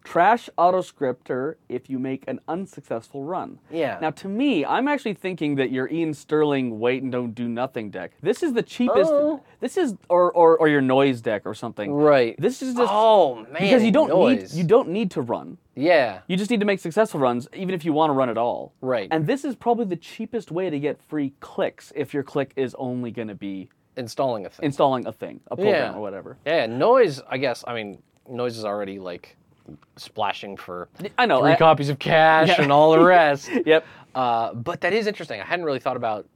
[SPEAKER 2] Trash Autoscriptor if you make an unsuccessful run.
[SPEAKER 1] Yeah.
[SPEAKER 2] Now to me, I'm actually thinking that your Ian Sterling wait and don't do nothing deck. This is the cheapest.
[SPEAKER 1] Oh.
[SPEAKER 2] This is or, or or your noise deck or something.
[SPEAKER 1] Right.
[SPEAKER 2] This is just
[SPEAKER 1] Oh, man,
[SPEAKER 2] because you don't
[SPEAKER 1] noise.
[SPEAKER 2] need you don't need to run.
[SPEAKER 1] yeah.
[SPEAKER 2] You just need to make successful runs, even if you want to run at all.
[SPEAKER 1] Right.
[SPEAKER 2] And this is probably the cheapest way to get free clicks if your click is only going to be
[SPEAKER 1] Installing a thing.
[SPEAKER 2] installing a thing, a program,
[SPEAKER 1] Yeah.
[SPEAKER 2] or whatever.
[SPEAKER 1] yeah. Noise. I guess. I mean, noise is already like splashing for
[SPEAKER 2] I know.
[SPEAKER 1] three
[SPEAKER 2] I-
[SPEAKER 1] copies of cash
[SPEAKER 2] Yeah.
[SPEAKER 1] and all
[SPEAKER 2] [LAUGHS]
[SPEAKER 1] the rest.
[SPEAKER 2] Yep.
[SPEAKER 1] Uh, but that is interesting. I hadn't really thought about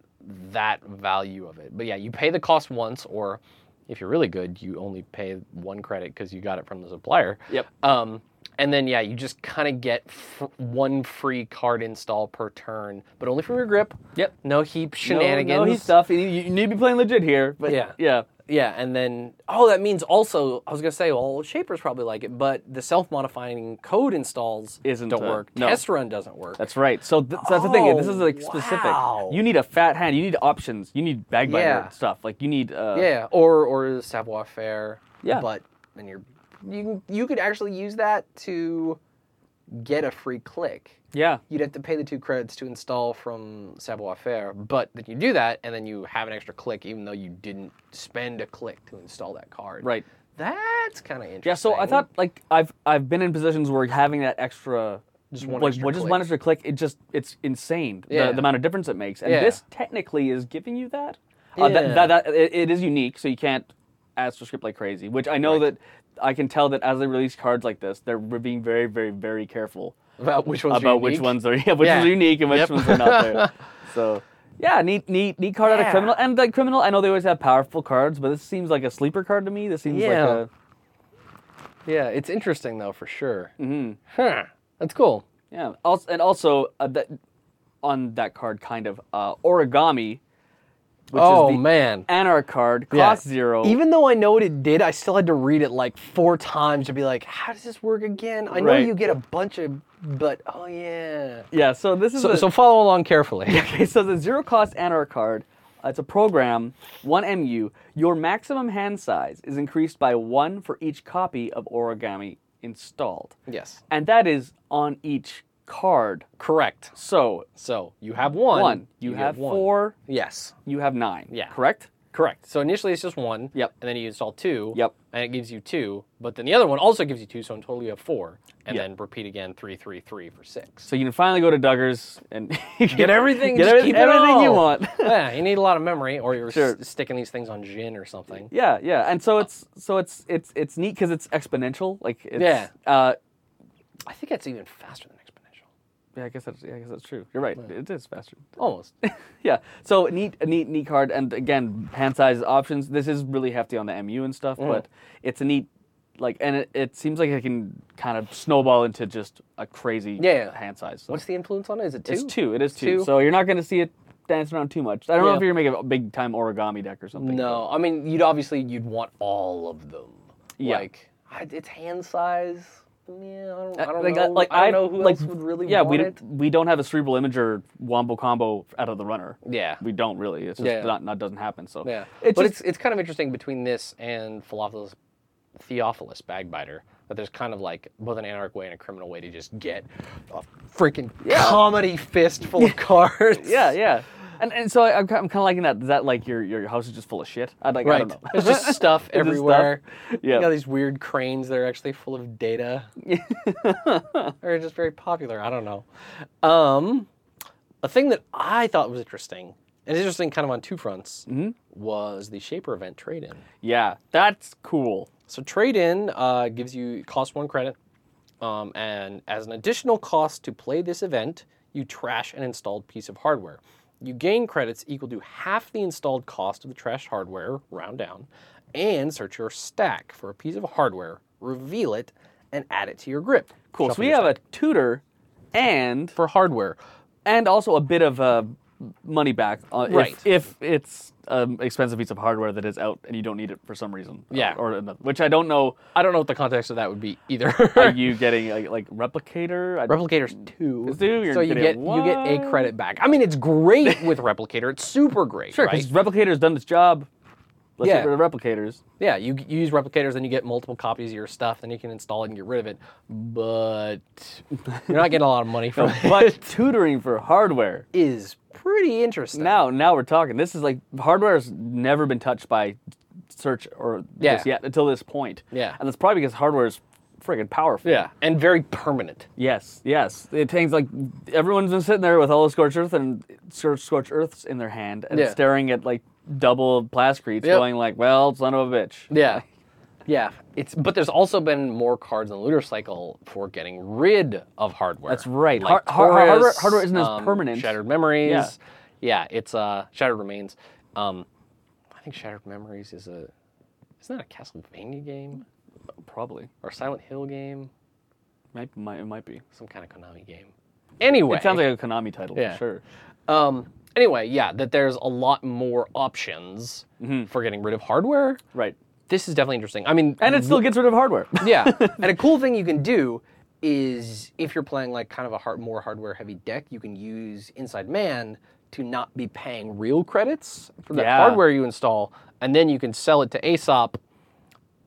[SPEAKER 1] that value of it. But yeah, you pay the cost once, or if you're really good, you only pay one credit because you got it from the supplier.
[SPEAKER 2] Yep.
[SPEAKER 1] Um, and then yeah, you just kind of get f- one free card install per turn, but only from your grip.
[SPEAKER 2] Yep.
[SPEAKER 1] No heap
[SPEAKER 2] No-
[SPEAKER 1] shenanigans.
[SPEAKER 2] No, he's stuff. You, you need to be playing legit here. But
[SPEAKER 1] Yeah.
[SPEAKER 2] Yeah.
[SPEAKER 1] Yeah, and then oh, that means also I was gonna say, well, Shaper's probably like it, but the self-modifying code installs
[SPEAKER 2] Isn't,
[SPEAKER 1] don't
[SPEAKER 2] uh,
[SPEAKER 1] work.
[SPEAKER 2] no.
[SPEAKER 1] Test run doesn't work.
[SPEAKER 2] That's right. So, th- so that's the thing. This is like
[SPEAKER 1] Oh,
[SPEAKER 2] specific.
[SPEAKER 1] wow.
[SPEAKER 2] You need a fat hand. You need options. You need bag binder
[SPEAKER 1] Yeah.
[SPEAKER 2] stuff. Like you need. Uh,
[SPEAKER 1] Yeah, or or savoir faire.
[SPEAKER 2] Yeah.
[SPEAKER 1] but and you're you can- you could actually use that to get a free click.
[SPEAKER 2] Yeah.
[SPEAKER 1] You'd have to pay the two credits to install from savoir faire, but then you do that, and then you have an extra click, even though you didn't spend a click to install that card.
[SPEAKER 2] Right.
[SPEAKER 1] That's kind of interesting.
[SPEAKER 2] Yeah, so I thought like I've I've been in positions where having that extra
[SPEAKER 1] Just one
[SPEAKER 2] like
[SPEAKER 1] extra
[SPEAKER 2] well, just
[SPEAKER 1] click.
[SPEAKER 2] one extra click, it just it's insane
[SPEAKER 1] Yeah.
[SPEAKER 2] the, the amount of difference it makes, and
[SPEAKER 1] Yeah.
[SPEAKER 2] this technically is giving you that. Uh,
[SPEAKER 1] Yeah.
[SPEAKER 2] that, that, that it, it is unique, so you can't ask for script like crazy. Which I know that I can tell that as they release cards like this, they're being very very very careful
[SPEAKER 1] about which ones are
[SPEAKER 2] about which
[SPEAKER 1] unique.
[SPEAKER 2] ones are [LAUGHS] yeah, which
[SPEAKER 1] Yeah.
[SPEAKER 2] ones are unique and which
[SPEAKER 1] Yep.
[SPEAKER 2] ones are
[SPEAKER 1] [LAUGHS]
[SPEAKER 2] not there. so yeah, neat neat neat card out
[SPEAKER 1] Yeah.
[SPEAKER 2] of criminal and like criminal. I know they always have powerful cards, but this seems like a sleeper card to me. This seems
[SPEAKER 1] Yeah.
[SPEAKER 2] like a
[SPEAKER 1] Yeah, it's interesting though for sure. Mm-hmm. Huh. That's cool.
[SPEAKER 2] Yeah. Also, and also uh, that on that card, kind of uh, origami, which
[SPEAKER 1] oh
[SPEAKER 2] is the
[SPEAKER 1] man.
[SPEAKER 2] anarch card,
[SPEAKER 1] Yeah.
[SPEAKER 2] cost zero.
[SPEAKER 1] Even though I know what it did, I still had to read it like four times to be like, how does this work again? I know
[SPEAKER 2] Right.
[SPEAKER 1] you get a bunch of, but oh yeah.
[SPEAKER 2] yeah. So this is
[SPEAKER 1] So,
[SPEAKER 2] a,
[SPEAKER 1] so follow along carefully.
[SPEAKER 2] [LAUGHS] okay. So the zero cost anarch card. uh, It's a program, one MU. Your maximum hand size is increased by one for each copy of origami installed.
[SPEAKER 1] [LAUGHS] yes.
[SPEAKER 2] And that is on each card.
[SPEAKER 1] Correct.
[SPEAKER 2] So
[SPEAKER 1] So you have one.
[SPEAKER 2] one, you,
[SPEAKER 1] get
[SPEAKER 2] have
[SPEAKER 1] one.
[SPEAKER 2] four,
[SPEAKER 1] Yes.
[SPEAKER 2] you have nine.
[SPEAKER 1] Yeah.
[SPEAKER 2] Correct.
[SPEAKER 1] Correct. So initially it's just one.
[SPEAKER 2] Yep.
[SPEAKER 1] And then you install two.
[SPEAKER 2] Yep.
[SPEAKER 1] And it gives you two, but then the other one also gives you two, so in total you have four. And
[SPEAKER 2] Yep.
[SPEAKER 1] then repeat again three, three, three for six.
[SPEAKER 2] So you can finally go to Duggar's and [LAUGHS]
[SPEAKER 1] Get everything.
[SPEAKER 2] get
[SPEAKER 1] just
[SPEAKER 2] every-
[SPEAKER 1] keep it
[SPEAKER 2] everything you
[SPEAKER 1] all. [LAUGHS]
[SPEAKER 2] want.
[SPEAKER 1] yeah, you need a lot of memory, or you're
[SPEAKER 2] Sure.
[SPEAKER 1] s- sticking these things on gin or something.
[SPEAKER 2] Yeah, yeah, and so it's so it's it's it's neat because it's exponential. Like it's,
[SPEAKER 1] Yeah.
[SPEAKER 2] uh,
[SPEAKER 1] I think that's even faster than exponential.
[SPEAKER 2] yeah, I guess that's yeah, I guess that's true. You're right. It is faster.
[SPEAKER 1] Almost.
[SPEAKER 2] yeah, so neat, a neat, neat card, and again, hand size options. This is really hefty on the MU and stuff,
[SPEAKER 1] Mm.
[SPEAKER 2] but it's a neat. Like and it, it seems like it can kind of snowball into just a crazy
[SPEAKER 1] Yeah.
[SPEAKER 2] hand size. So
[SPEAKER 1] What's the influence on it? Is it two?
[SPEAKER 2] it's two. It is two.
[SPEAKER 1] Two?
[SPEAKER 2] So you're not going to see it dance around too much. I don't know
[SPEAKER 1] Yeah.
[SPEAKER 2] if you're going to make a big time origami deck or something.
[SPEAKER 1] No, I mean you'd obviously you'd want all of them.
[SPEAKER 2] Yeah.
[SPEAKER 1] Like I- it's hand size. Yeah, I don't, I
[SPEAKER 2] Uh,
[SPEAKER 1] don't
[SPEAKER 2] like,
[SPEAKER 1] know.
[SPEAKER 2] uh, like,
[SPEAKER 1] I
[SPEAKER 2] I've-
[SPEAKER 1] don't know who
[SPEAKER 2] like,
[SPEAKER 1] else would really
[SPEAKER 2] yeah,
[SPEAKER 1] want
[SPEAKER 2] we
[SPEAKER 1] it.
[SPEAKER 2] don't, we don't have a cerebral imager wombo combo out of the runner.
[SPEAKER 1] Yeah.
[SPEAKER 2] we don't really. It's just
[SPEAKER 1] Yeah.
[SPEAKER 2] not, not doesn't happen. So
[SPEAKER 1] Yeah.
[SPEAKER 2] it's
[SPEAKER 1] but it's
[SPEAKER 2] just,
[SPEAKER 1] it's kind of interesting between this and Theophilus, Theophilus Bagbiter that there's kind of like both an anarch way and a criminal way to just get a freaking comedy fistful
[SPEAKER 2] [LAUGHS]
[SPEAKER 1] of cards.
[SPEAKER 2] yeah, yeah. And, and so I, I'm, ki- I'm kind of liking that. That like your your house is just full of shit. I like I
[SPEAKER 1] Right.
[SPEAKER 2] don't know. [LAUGHS]
[SPEAKER 1] There's just stuff
[SPEAKER 2] It's just stuff.
[SPEAKER 1] everywhere.
[SPEAKER 2] Yeah.
[SPEAKER 1] You got these weird cranes that are actually full of data.
[SPEAKER 2] [LAUGHS]
[SPEAKER 1] They're just very popular. I don't know. Um, a thing that I thought was interesting, and interesting kind of on two fronts,
[SPEAKER 2] Mm-hmm.
[SPEAKER 1] was the Shaper event trade in.
[SPEAKER 2] Yeah, that's cool.
[SPEAKER 1] So trade in uh, gives you cost one credit, um, and as an additional cost to play this event, you trash an installed piece of hardware. You gain credits equal to half the installed cost of the trash hardware, round down, and search your stack for a piece of hardware, reveal it, and add it to your grip.
[SPEAKER 2] Cool.
[SPEAKER 1] Shuffle
[SPEAKER 2] so we
[SPEAKER 1] your
[SPEAKER 2] have
[SPEAKER 1] stack
[SPEAKER 2] a tutor, and
[SPEAKER 1] for hardware.
[SPEAKER 2] and also a bit of uh, money back uh,
[SPEAKER 1] Right.
[SPEAKER 2] if, if it's an expensive piece of hardware that is out and you don't need it for some reason. uh,
[SPEAKER 1] Yeah.
[SPEAKER 2] Or, another- which I don't know.
[SPEAKER 1] I don't know what the context of that would be
[SPEAKER 2] [LAUGHS]
[SPEAKER 1] either.
[SPEAKER 2] Are you getting a, like replicator?
[SPEAKER 1] [LAUGHS]
[SPEAKER 2] I-
[SPEAKER 1] Replicators two,
[SPEAKER 2] It's two, you're
[SPEAKER 1] so you
[SPEAKER 2] getting
[SPEAKER 1] get you get a
[SPEAKER 2] one.
[SPEAKER 1] credit back. I mean, it's great with Replicator. It's super great,
[SPEAKER 2] Sure,
[SPEAKER 1] right?
[SPEAKER 2] because replicator's done its job. Let's
[SPEAKER 1] Yeah.
[SPEAKER 2] get rid of replicators.
[SPEAKER 1] Yeah, you, you use replicators, then you get multiple copies of your stuff, then you can install it and get rid of it. But you're not getting a lot of money
[SPEAKER 2] [LAUGHS]
[SPEAKER 1] from it. [LAUGHS]
[SPEAKER 2] But tutoring for hardware.
[SPEAKER 1] Is pretty interesting.
[SPEAKER 2] Now, now we're talking. This is like hardware has never been touched by search or
[SPEAKER 1] Yeah.
[SPEAKER 2] this yet until this point.
[SPEAKER 1] Yeah.
[SPEAKER 2] and that's probably because hardware is friggin' powerful.
[SPEAKER 1] yeah, and very permanent.
[SPEAKER 2] Yes, yes. It takes like everyone's been sitting there with all the scorched earth and scorched, scorched earths in their hand and
[SPEAKER 1] Yeah.
[SPEAKER 2] staring at like double plascretes,
[SPEAKER 1] Yep.
[SPEAKER 2] going like, "Well, son of a bitch."
[SPEAKER 1] Yeah, yeah. It's but there's also been more cards in the looter cycle for getting rid of hardware.
[SPEAKER 2] That's right.
[SPEAKER 1] Like
[SPEAKER 2] Har- har-
[SPEAKER 1] Taurus,
[SPEAKER 2] hardware- hardware isn't as
[SPEAKER 1] um,
[SPEAKER 2] permanent.
[SPEAKER 1] Shattered memories.
[SPEAKER 2] Yeah.
[SPEAKER 1] Yeah, it's uh, shattered remains. Um, I think shattered memories is a isn't that a Castlevania game
[SPEAKER 2] Probably.
[SPEAKER 1] or Silent Hill game?
[SPEAKER 2] Might, might, it might be.
[SPEAKER 1] some kind of Konami game. Anyway,
[SPEAKER 2] It sounds like a Konami title.
[SPEAKER 1] Yeah.
[SPEAKER 2] For sure.
[SPEAKER 1] um, anyway, yeah, that there's a lot more options
[SPEAKER 2] Mm-hmm.
[SPEAKER 1] for getting rid of hardware.
[SPEAKER 2] Right.
[SPEAKER 1] This is definitely interesting. I mean,
[SPEAKER 2] And it still gets rid of hardware. [LAUGHS]
[SPEAKER 1] yeah, [LAUGHS] and a cool thing you can do is if you're playing like kind of a hard, more hardware heavy deck, you can use Inside Man to not be paying real credits for that
[SPEAKER 2] Yeah.
[SPEAKER 1] hardware you install, and then you can sell it to Aesop,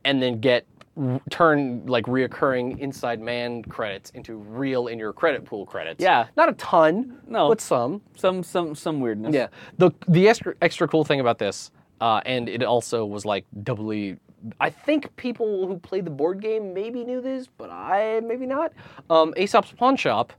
[SPEAKER 1] and then get r- turn like reoccurring Inside Man credits into real in your credit pool credits.
[SPEAKER 2] Yeah.
[SPEAKER 1] not a ton,
[SPEAKER 2] No.
[SPEAKER 1] but some.
[SPEAKER 2] some, some, some weirdness.
[SPEAKER 1] Yeah. The the extra extra cool thing about this, uh, and it also was like doubly. I think people who played the board game maybe knew this, but I maybe not. Um, Aesop's Pawn Shop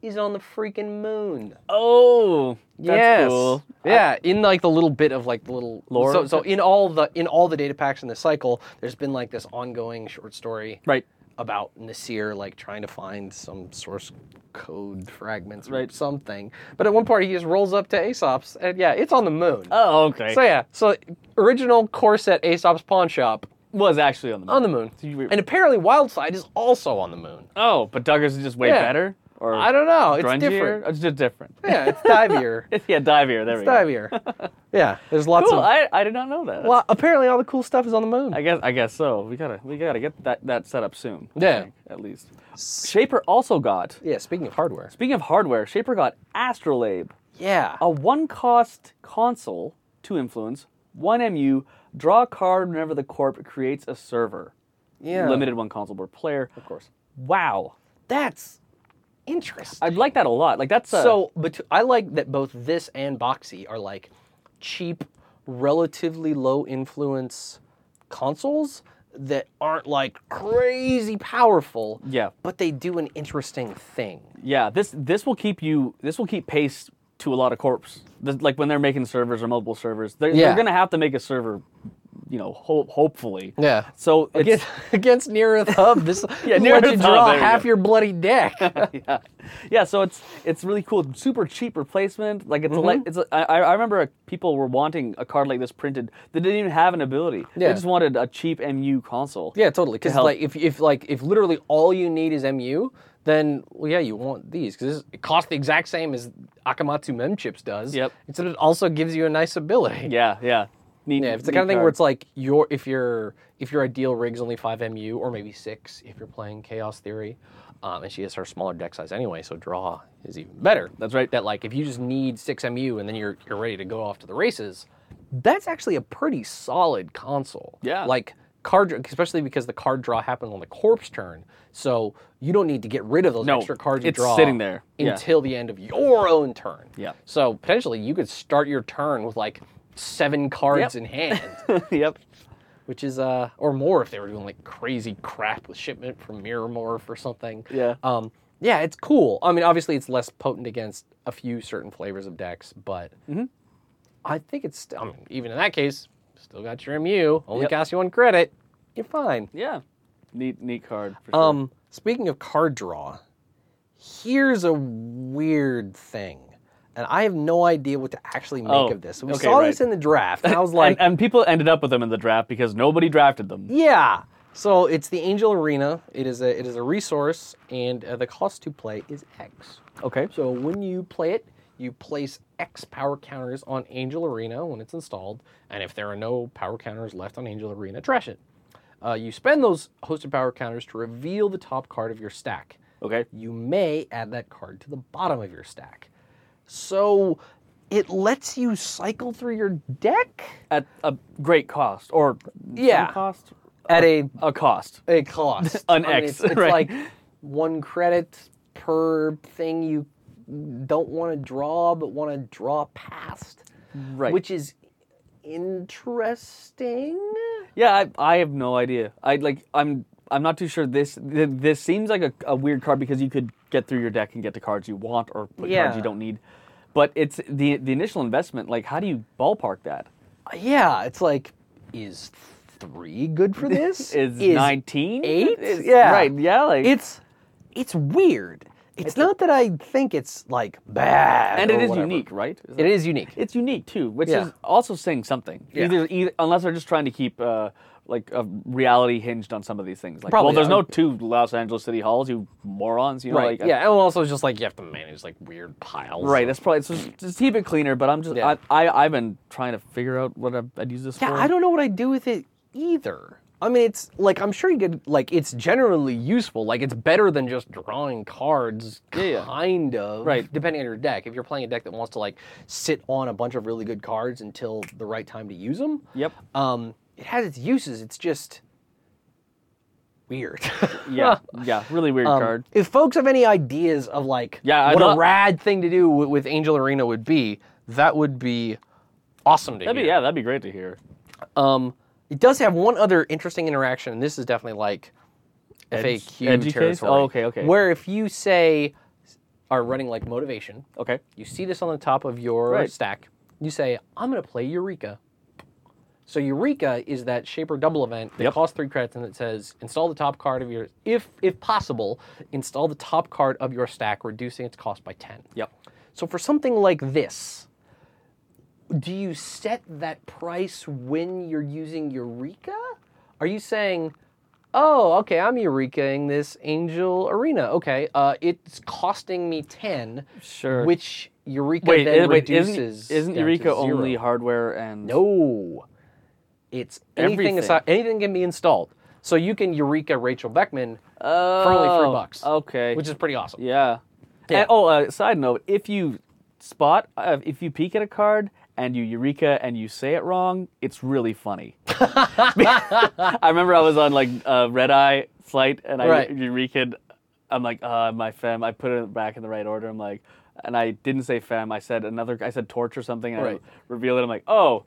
[SPEAKER 1] is on the freaking moon.
[SPEAKER 2] Oh, that's cool.
[SPEAKER 1] Yeah, in like the little bit of like the little
[SPEAKER 2] Lore?
[SPEAKER 1] So, so in all the in all the data packs in the cycle, there's been like this ongoing short story
[SPEAKER 2] Right.
[SPEAKER 1] about Nasir like trying to find some source code fragments or
[SPEAKER 2] Right.
[SPEAKER 1] something. But at one point he just rolls up to Aesop's and yeah, it's on the moon.
[SPEAKER 2] Oh, okay.
[SPEAKER 1] So yeah, so original core set Aesop's pawn shop
[SPEAKER 2] was actually on the moon.
[SPEAKER 1] on the moon.
[SPEAKER 2] you-
[SPEAKER 1] And apparently Wildside is also on the moon.
[SPEAKER 2] oh, but Duggar's is just way
[SPEAKER 1] Yeah.
[SPEAKER 2] better. Or
[SPEAKER 1] I don't know. It's
[SPEAKER 2] grungier? Oh,
[SPEAKER 1] different.
[SPEAKER 2] It's just different. [LAUGHS]
[SPEAKER 1] Yeah, it's divier. it's
[SPEAKER 2] yeah, divier. There we go. [LAUGHS]
[SPEAKER 1] divier. Yeah, there's lots
[SPEAKER 2] Cool.
[SPEAKER 1] of
[SPEAKER 2] I, I did not know that.
[SPEAKER 1] Well, apparently all the cool stuff is on the moon.
[SPEAKER 2] I guess I guess so. We gotta we gotta get that that set up soon. I
[SPEAKER 1] Yeah.
[SPEAKER 2] think, at least. Shaper also got.
[SPEAKER 1] yeah, speaking of hardware.
[SPEAKER 2] Speaking of hardware, Shaper got Astrolabe,
[SPEAKER 1] Yeah.
[SPEAKER 2] a one-cost console, two influence, one MU. Draw a card whenever the corp creates a server.
[SPEAKER 1] yeah.
[SPEAKER 2] Limited one console per player. Of
[SPEAKER 1] course.
[SPEAKER 2] Wow,
[SPEAKER 1] That's interesting.
[SPEAKER 2] I like that a lot. Like that's a,
[SPEAKER 1] so, but I like that both this and Boxy are like cheap, relatively low influence consoles that aren't like crazy powerful.
[SPEAKER 2] Yeah.
[SPEAKER 1] But they do an interesting thing.
[SPEAKER 2] Yeah, this this will keep you. This will keep pace to a lot of corps. This, like when they're making servers or multiple servers, they're,
[SPEAKER 1] Yeah.
[SPEAKER 2] they're going to have to make a server. You know, ho- hopefully.
[SPEAKER 1] Yeah.
[SPEAKER 2] So it's,
[SPEAKER 1] Against, [LAUGHS] against Neareth Hub, [LAUGHS] this
[SPEAKER 2] Yeah,
[SPEAKER 1] lets you
[SPEAKER 2] Nearest Hub,
[SPEAKER 1] draw
[SPEAKER 2] there we
[SPEAKER 1] half
[SPEAKER 2] go.
[SPEAKER 1] your bloody deck.
[SPEAKER 2] yeah, yeah. So it's it's really cool. Super cheap replacement. Like it's a
[SPEAKER 1] Mm-hmm.
[SPEAKER 2] like it's. A, I, I remember people were wanting a card like this printed. They didn't even have an ability.
[SPEAKER 1] Yeah.
[SPEAKER 2] They just wanted a cheap MU console.
[SPEAKER 1] [LAUGHS] Yeah, totally. Because
[SPEAKER 2] help.
[SPEAKER 1] like if if like if literally all you need is MU, then well yeah you want these because it costs the exact same as Akamatsu Memchips does.
[SPEAKER 2] Yep.
[SPEAKER 1] And so it also gives you a nice ability.
[SPEAKER 2] Yeah. Yeah. Neat,
[SPEAKER 1] Yeah, it's the
[SPEAKER 2] neat
[SPEAKER 1] kind of thing where
[SPEAKER 2] card.
[SPEAKER 1] it's like your if your if your ideal rig's only five MU or maybe six if you're playing Chaos Theory, um, and she has her smaller deck size anyway, so draw is even better.
[SPEAKER 2] That's right.
[SPEAKER 1] That like if you just need six MU and then you're you're ready to go off to the races, that's actually a pretty solid console.
[SPEAKER 2] Yeah.
[SPEAKER 1] Like card, especially because the card draw happens on the corpse turn, so you don't need to get rid of those
[SPEAKER 2] No,
[SPEAKER 1] extra cards you
[SPEAKER 2] it's
[SPEAKER 1] draw
[SPEAKER 2] sitting there. Yeah.
[SPEAKER 1] until the end of your own turn.
[SPEAKER 2] Yeah.
[SPEAKER 1] So potentially you could start your turn with like seven cards
[SPEAKER 2] Yep.
[SPEAKER 1] in hand [LAUGHS]
[SPEAKER 2] [LAUGHS] yep.
[SPEAKER 1] which is uh or more if they were doing like crazy crap with shipment from Miramorph or something.
[SPEAKER 2] Yeah.
[SPEAKER 1] Um yeah, it's cool. I mean, obviously it's less potent against a few certain flavors of decks, but
[SPEAKER 2] Mm-hmm.
[SPEAKER 1] I think it's I mean, even in that case, still got your MU, only
[SPEAKER 2] Yep.
[SPEAKER 1] costs you one credit. You're fine.
[SPEAKER 2] Yeah. Neat. Neat card. For sure.
[SPEAKER 1] Um speaking of card draw, here's a weird thing. And I have no idea what to actually make
[SPEAKER 2] Oh,
[SPEAKER 1] of this. We
[SPEAKER 2] okay,
[SPEAKER 1] saw
[SPEAKER 2] right. [LAUGHS]
[SPEAKER 1] this in the draft, and I was like,
[SPEAKER 2] and, and people ended up with them in the draft because nobody drafted them.
[SPEAKER 1] Yeah. So it's the Angel Arena. It is a it is a resource, and uh, the cost to play is X.
[SPEAKER 2] Okay.
[SPEAKER 1] So when you play it, you place X power counters on Angel Arena when it's installed, and if there are no power counters left on Angel Arena, trash it. Uh, you spend those hosted power counters to reveal the top card of your stack.
[SPEAKER 2] Okay.
[SPEAKER 1] You may add that card to the bottom of your stack. So it lets you cycle through your deck
[SPEAKER 2] At a great cost or
[SPEAKER 1] Yeah.
[SPEAKER 2] some cost?
[SPEAKER 1] at a
[SPEAKER 2] A cost.
[SPEAKER 1] a
[SPEAKER 2] [LAUGHS]
[SPEAKER 1] cost.
[SPEAKER 2] An
[SPEAKER 1] I mean,
[SPEAKER 2] X,
[SPEAKER 1] It's, it's
[SPEAKER 2] right.
[SPEAKER 1] like one credit per thing you don't want to draw but want to draw past.
[SPEAKER 2] Right.
[SPEAKER 1] Which is interesting.
[SPEAKER 2] Yeah, I, I have no idea. I like I'm I'm not too sure. This th- this seems like a, a weird card because you could get through your deck and get the cards you want or put
[SPEAKER 1] Yeah.
[SPEAKER 2] cards you don't need. But it's the the initial investment. Like, how do you ballpark that?
[SPEAKER 1] Yeah, it's like is three good for this?
[SPEAKER 2] [LAUGHS] Is
[SPEAKER 1] Is
[SPEAKER 2] nineteen
[SPEAKER 1] eight?
[SPEAKER 2] Is-
[SPEAKER 1] Yeah.
[SPEAKER 2] right. Yeah, like
[SPEAKER 1] it's it's weird. It's, not that I think it's like bad
[SPEAKER 2] and it
[SPEAKER 1] or
[SPEAKER 2] is
[SPEAKER 1] Oh, whatever.
[SPEAKER 2] unique, right? Is
[SPEAKER 1] It
[SPEAKER 2] that-
[SPEAKER 1] is unique.
[SPEAKER 2] It's unique too, which
[SPEAKER 1] Yeah.
[SPEAKER 2] is also saying something.
[SPEAKER 1] Yeah.
[SPEAKER 2] Either, either unless they're just trying to keep uh, like a reality hinged on some of these things. Like,
[SPEAKER 1] Probably
[SPEAKER 2] well, there's
[SPEAKER 1] are.
[SPEAKER 2] no two Los Angeles City Halls, you morons. You know,
[SPEAKER 1] right.
[SPEAKER 2] like
[SPEAKER 1] yeah, and also it's just like you have to manage like weird piles.
[SPEAKER 2] Right, that's probably so just, just keep it cleaner. But I'm just
[SPEAKER 1] Yeah.
[SPEAKER 2] I, I I've been trying to figure out what I'd, I'd use this
[SPEAKER 1] Yeah,
[SPEAKER 2] for.
[SPEAKER 1] I don't know what I do with it either. I mean, it's like I'm sure you could like it's generally useful. Like it's better than just drawing cards,
[SPEAKER 2] yeah.
[SPEAKER 1] kind of.
[SPEAKER 2] Right.
[SPEAKER 1] Depending on your deck, if you're playing a deck that wants to like sit on a bunch of really good cards until the right time to use them. [LAUGHS]
[SPEAKER 2] Yep.
[SPEAKER 1] Um, it has its uses. It's just weird. [LAUGHS]
[SPEAKER 2] Yeah, yeah, really weird
[SPEAKER 1] Um,
[SPEAKER 2] card.
[SPEAKER 1] If folks have any ideas of like
[SPEAKER 2] Yeah, I'd
[SPEAKER 1] what
[SPEAKER 2] lo-
[SPEAKER 1] a rad thing to do wi- with Angel Arena would be, that would be awesome to
[SPEAKER 2] That'd
[SPEAKER 1] hear.
[SPEAKER 2] be yeah, that'd be great to hear.
[SPEAKER 1] Um, it does have one other interesting interaction, and this is definitely like FAQ
[SPEAKER 2] edgy case?
[SPEAKER 1] territory.
[SPEAKER 2] Oh, okay, okay.
[SPEAKER 1] Where if you say are running like motivation,
[SPEAKER 2] Okay,
[SPEAKER 1] you see this on the top of your
[SPEAKER 2] Right.
[SPEAKER 1] stack. You say, "I'm going to play Eureka." So Eureka is that Shaper double event that
[SPEAKER 2] Yep.
[SPEAKER 1] costs three credits and it says install the top card of your if if possible install the top card of your stack, reducing its cost by ten.
[SPEAKER 2] yep.
[SPEAKER 1] So for something like this, do you set that price when you're using Eureka? Are you saying, oh, okay, I'm Eurekaing this Angel Arena. Okay, uh, it's costing me ten.
[SPEAKER 2] Sure.
[SPEAKER 1] Which Eureka
[SPEAKER 2] Wait,
[SPEAKER 1] then
[SPEAKER 2] uh, wait
[SPEAKER 1] reduces?
[SPEAKER 2] isn't, isn't
[SPEAKER 1] down to
[SPEAKER 2] Eureka
[SPEAKER 1] zero.
[SPEAKER 2] only hardware and
[SPEAKER 1] No, it's anything.
[SPEAKER 2] Everything.
[SPEAKER 1] Aside, anything can be installed. So you can Eureka Rachel Beckman
[SPEAKER 2] oh,
[SPEAKER 1] for only three bucks,
[SPEAKER 2] Okay,
[SPEAKER 1] which is pretty awesome.
[SPEAKER 2] yeah.
[SPEAKER 1] Yeah.
[SPEAKER 2] And- oh, uh, side note: if you spot uh, if you peek at a card and you Eureka and you say it wrong, it's
[SPEAKER 1] [LAUGHS]
[SPEAKER 2] really funny. [LAUGHS] I remember I was on like a red eye flight and I
[SPEAKER 1] Right.
[SPEAKER 2] Eureka. I'm like, uh, my femme. I put it back in the right order. I'm like, and I didn't say femme. I said another. I said torch or something. And
[SPEAKER 1] Right.
[SPEAKER 2] I reveal it. I'm like, oh,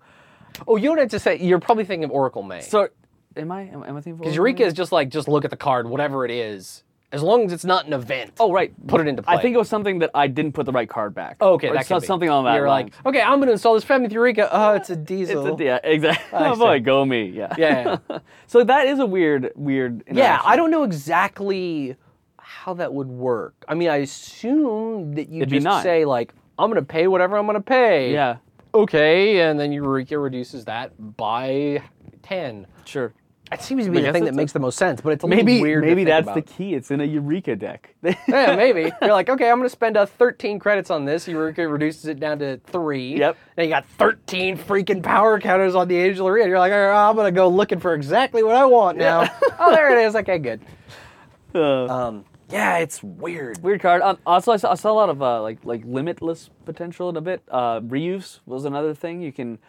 [SPEAKER 1] Oh, you don't have to say. You're probably thinking of Oracle May.
[SPEAKER 2] so am I? Am, am I thinking? of
[SPEAKER 1] Because
[SPEAKER 2] order?
[SPEAKER 1] Eureka is just like, just look at the card, whatever it is, as long as it's not an event.
[SPEAKER 2] Oh right.
[SPEAKER 1] put it into play.
[SPEAKER 2] I think it was something that I didn't put the right card back.
[SPEAKER 1] Oh, okay,
[SPEAKER 2] Or
[SPEAKER 1] that
[SPEAKER 2] so-
[SPEAKER 1] could be.
[SPEAKER 2] something on that.
[SPEAKER 1] You're
[SPEAKER 2] line.
[SPEAKER 1] like, okay, I'm gonna install this fan with Eureka. Oh, it's a diesel.
[SPEAKER 2] It's a, yeah, exactly.
[SPEAKER 1] I
[SPEAKER 2] [LAUGHS] Oh
[SPEAKER 1] see.
[SPEAKER 2] boy, go me. Yeah.
[SPEAKER 1] [LAUGHS] Yeah, yeah.
[SPEAKER 2] [LAUGHS] so that is a weird, weird.
[SPEAKER 1] yeah,
[SPEAKER 2] interaction.
[SPEAKER 1] I don't know exactly how that would work. I mean, I assume that you
[SPEAKER 2] It'd be
[SPEAKER 1] just
[SPEAKER 2] nine.
[SPEAKER 1] say like, I'm gonna pay whatever I'm gonna pay.
[SPEAKER 2] Yeah,
[SPEAKER 1] Okay, and then Eureka reduces that by ten.
[SPEAKER 2] sure.
[SPEAKER 1] That seems to be the
[SPEAKER 2] guess
[SPEAKER 1] thing that
[SPEAKER 2] it's a-
[SPEAKER 1] makes the most sense, but it's a
[SPEAKER 2] Maybe
[SPEAKER 1] little weird. to
[SPEAKER 2] maybe
[SPEAKER 1] think
[SPEAKER 2] that's
[SPEAKER 1] about.
[SPEAKER 2] the key. It's in a Eureka deck. [LAUGHS] yeah.
[SPEAKER 1] yeah, maybe. You're like, okay, I'm going to spend uh, 13 credits on this. You re- reduces it down to three.
[SPEAKER 2] Yep.
[SPEAKER 1] Now you got 13 freaking power counters on the Angel Arena. You're like, all right, I'm going to go looking for exactly what I want now.
[SPEAKER 2] [LAUGHS]
[SPEAKER 1] oh, there it is. Okay, good. Um, yeah, it's weird.
[SPEAKER 2] Uh, Weird card. Um, also, I saw, I saw a lot of uh, like like limitless potential in a bit. Uh, reuse was another thing. You can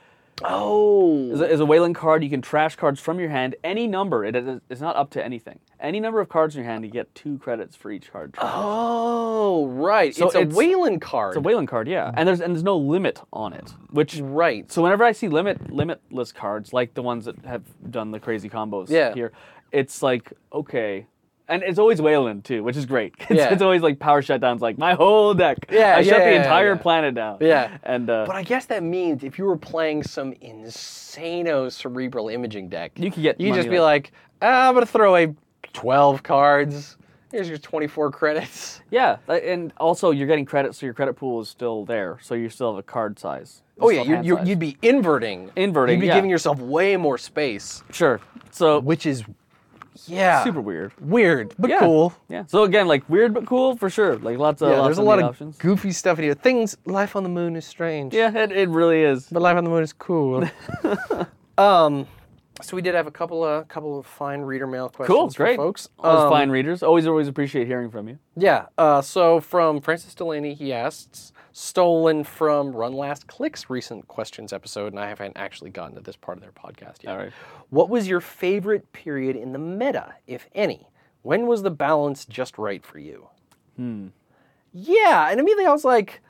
[SPEAKER 1] Oh.
[SPEAKER 2] is a, is a Wayland card. You can trash cards from your hand. Any number. It is it's not up to anything. Any number of cards in your hand, you get two credits for each card.
[SPEAKER 1] Uh,
[SPEAKER 2] trash.
[SPEAKER 1] Oh, right.
[SPEAKER 2] So
[SPEAKER 1] it's a
[SPEAKER 2] it's-
[SPEAKER 1] Wayland card.
[SPEAKER 2] It's a Wayland card,
[SPEAKER 1] mm.
[SPEAKER 2] yeah. And there's and there's no limit on it, which
[SPEAKER 1] right.
[SPEAKER 2] So whenever I see limit limitless cards, like the ones that have done the crazy combos
[SPEAKER 1] Yeah.
[SPEAKER 2] here, it's like okay, and it's always Wayland too, which is great. [LAUGHS] It's,
[SPEAKER 1] Yeah.
[SPEAKER 2] it's always like power shutdowns, like my whole deck.
[SPEAKER 1] Yeah,
[SPEAKER 2] I shut
[SPEAKER 1] yeah,
[SPEAKER 2] the
[SPEAKER 1] yeah,
[SPEAKER 2] entire
[SPEAKER 1] yeah.
[SPEAKER 2] planet down.
[SPEAKER 1] Yeah.
[SPEAKER 2] and uh,
[SPEAKER 1] But I guess that means if you were playing some insano cerebral imaging deck,
[SPEAKER 2] You could get
[SPEAKER 1] You
[SPEAKER 2] money
[SPEAKER 1] just be like, ah, I'm gonna throw away 12 cards. Here's your 24 credits.
[SPEAKER 2] yeah, uh, and also you're getting credit, so your credit pool is still there, so you still have a card size. You
[SPEAKER 1] Oh
[SPEAKER 2] still
[SPEAKER 1] yeah,
[SPEAKER 2] have
[SPEAKER 1] you
[SPEAKER 2] hand
[SPEAKER 1] you
[SPEAKER 2] size.
[SPEAKER 1] you'd be inverting.
[SPEAKER 2] Inverting,
[SPEAKER 1] You'd be
[SPEAKER 2] yeah.
[SPEAKER 1] giving yourself way more space,
[SPEAKER 2] sure. So
[SPEAKER 1] which is
[SPEAKER 3] Yeah.
[SPEAKER 2] Super weird.
[SPEAKER 1] Weird, but
[SPEAKER 2] Yeah.
[SPEAKER 1] cool.
[SPEAKER 2] Yeah. So again, like weird but cool for sure. Like lots of
[SPEAKER 1] Yeah,
[SPEAKER 2] lots
[SPEAKER 1] there's a
[SPEAKER 2] of
[SPEAKER 1] lot
[SPEAKER 2] neat
[SPEAKER 1] of
[SPEAKER 2] options.
[SPEAKER 1] goofy stuff in here. Things, life on the moon is strange.
[SPEAKER 2] yeah, it, it really is.
[SPEAKER 1] But life on the moon is
[SPEAKER 2] [LAUGHS]
[SPEAKER 1] cool. um, so we did have a couple of couple of fine reader mail questions.
[SPEAKER 2] Cool,
[SPEAKER 1] for
[SPEAKER 2] great,
[SPEAKER 1] folks.
[SPEAKER 2] All those
[SPEAKER 1] Um,
[SPEAKER 2] fine readers always always appreciate hearing from you.
[SPEAKER 1] Yeah. Uh, so from Francis Delaney, he asks, stolen from Run Last Click's recent questions episode, and I haven't actually gotten to this part of their podcast yet.
[SPEAKER 2] All right.
[SPEAKER 1] What was your favorite period in the meta, if any? When was the balance just right for you? Hmm. Yeah, and immediately I was like,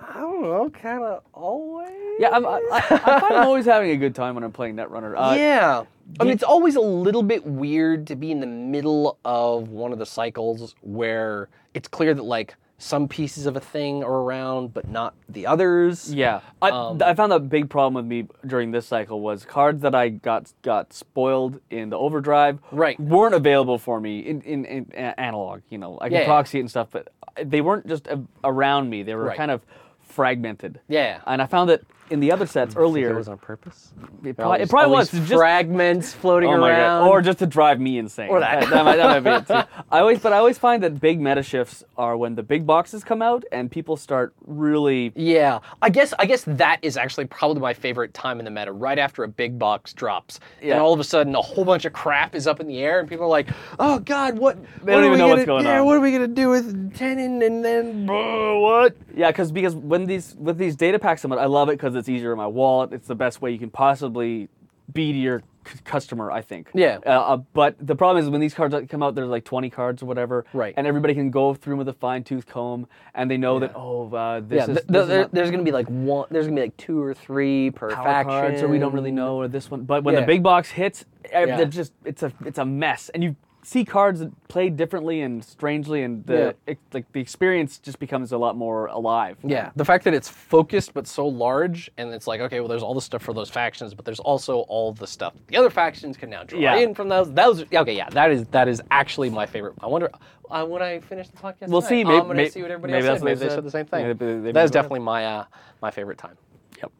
[SPEAKER 1] I don't know, kind of always.
[SPEAKER 2] Yeah, I'm, I, I, I find I'm always having a good time when I'm playing Netrunner. Uh,
[SPEAKER 1] yeah. I mean, it's always a little bit weird to be in the middle of one of the cycles where it's clear that, like, some pieces of a thing are around, but not the others.
[SPEAKER 2] Yeah, I,
[SPEAKER 1] um,
[SPEAKER 2] I found a big problem with me during this cycle was cards that I got got spoiled in the overdrive
[SPEAKER 1] Right.
[SPEAKER 2] weren't available for me in, in, in a- analog. You know, I can
[SPEAKER 1] Yeah, yeah.
[SPEAKER 2] proxy it and stuff, but they weren't just a, around me. They were
[SPEAKER 1] Right.
[SPEAKER 2] kind of fragmented.
[SPEAKER 1] Yeah.
[SPEAKER 2] and I found that in the other sets earlier,
[SPEAKER 1] It was on purpose.
[SPEAKER 2] it, probably, it probably was just
[SPEAKER 1] fragments floating
[SPEAKER 2] Oh my God.
[SPEAKER 1] around.
[SPEAKER 2] Or just to drive me insane.
[SPEAKER 1] Or that.
[SPEAKER 2] might, that might be it too. I always, but I always find that big meta shifts are when the big boxes come out and people start really.
[SPEAKER 1] Yeah, I guess I guess that is actually probably my favorite time in the meta. Right after a big box drops,
[SPEAKER 2] Yeah.
[SPEAKER 1] and all of a sudden a whole bunch of crap is up in the air, and people are like, "Oh God, what? They
[SPEAKER 2] don't even know what's going
[SPEAKER 1] yeah,
[SPEAKER 2] on."
[SPEAKER 1] What are we gonna do with tenon and then uh, what?
[SPEAKER 2] Yeah, because because when these with these data packs come out, I love it because it's easier in my wallet. It's the best way you can possibly be to your c- customer. I think.
[SPEAKER 1] Yeah.
[SPEAKER 2] Uh, uh, but the problem is when these cards come out, there's like 20 cards or whatever.
[SPEAKER 1] Right.
[SPEAKER 2] And everybody can go through 'em with a fine tooth comb, and they know that oh uh, this
[SPEAKER 1] Yeah,
[SPEAKER 2] is.
[SPEAKER 1] th-
[SPEAKER 2] this is
[SPEAKER 1] there-
[SPEAKER 2] not-
[SPEAKER 1] there's gonna be like one. There's gonna be like two or three per
[SPEAKER 2] power
[SPEAKER 1] faction,
[SPEAKER 2] cards, or we don't really know, or this one. But when
[SPEAKER 1] Yeah.
[SPEAKER 2] the big box hits, eh,
[SPEAKER 1] Yeah.
[SPEAKER 2] they're just it's a it's a mess, and you see cards that play differently and strangely, and the ex- like the experience just becomes a lot more alive.
[SPEAKER 1] Yeah, the fact that it's focused but so large, and it's like, okay, well, there's all the stuff for those factions, but there's also all the stuff the other factions can now draw
[SPEAKER 2] Yeah.
[SPEAKER 1] in from those. Those, okay, yeah, that is that is actually my favorite. I wonder uh, when I finish the podcast.
[SPEAKER 2] We'll
[SPEAKER 1] tonight,
[SPEAKER 2] see,
[SPEAKER 1] I'm
[SPEAKER 2] maybe-
[SPEAKER 1] gonna
[SPEAKER 2] may-
[SPEAKER 1] see what everybody else
[SPEAKER 2] maybe that's
[SPEAKER 1] said.
[SPEAKER 2] what
[SPEAKER 1] Maybe
[SPEAKER 2] they
[SPEAKER 1] they
[SPEAKER 2] said.
[SPEAKER 1] said the same thing.
[SPEAKER 2] Maybe- maybe
[SPEAKER 1] that is
[SPEAKER 2] that's what-
[SPEAKER 1] definitely my uh, my favorite time.
[SPEAKER 2] Yep.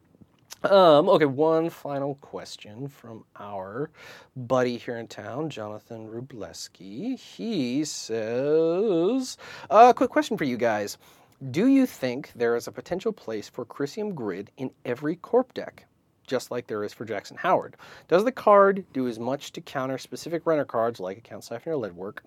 [SPEAKER 1] Um, okay, one final question from our buddy here in town, Jonathan Rubleski. He says, a uh, quick question for you guys. Do you think there is a potential place for Chrysium Grid in every corp deck, just like there is for Jackson Howard? Does the card do as much to counter specific runner cards like Account Siphon or Leadwork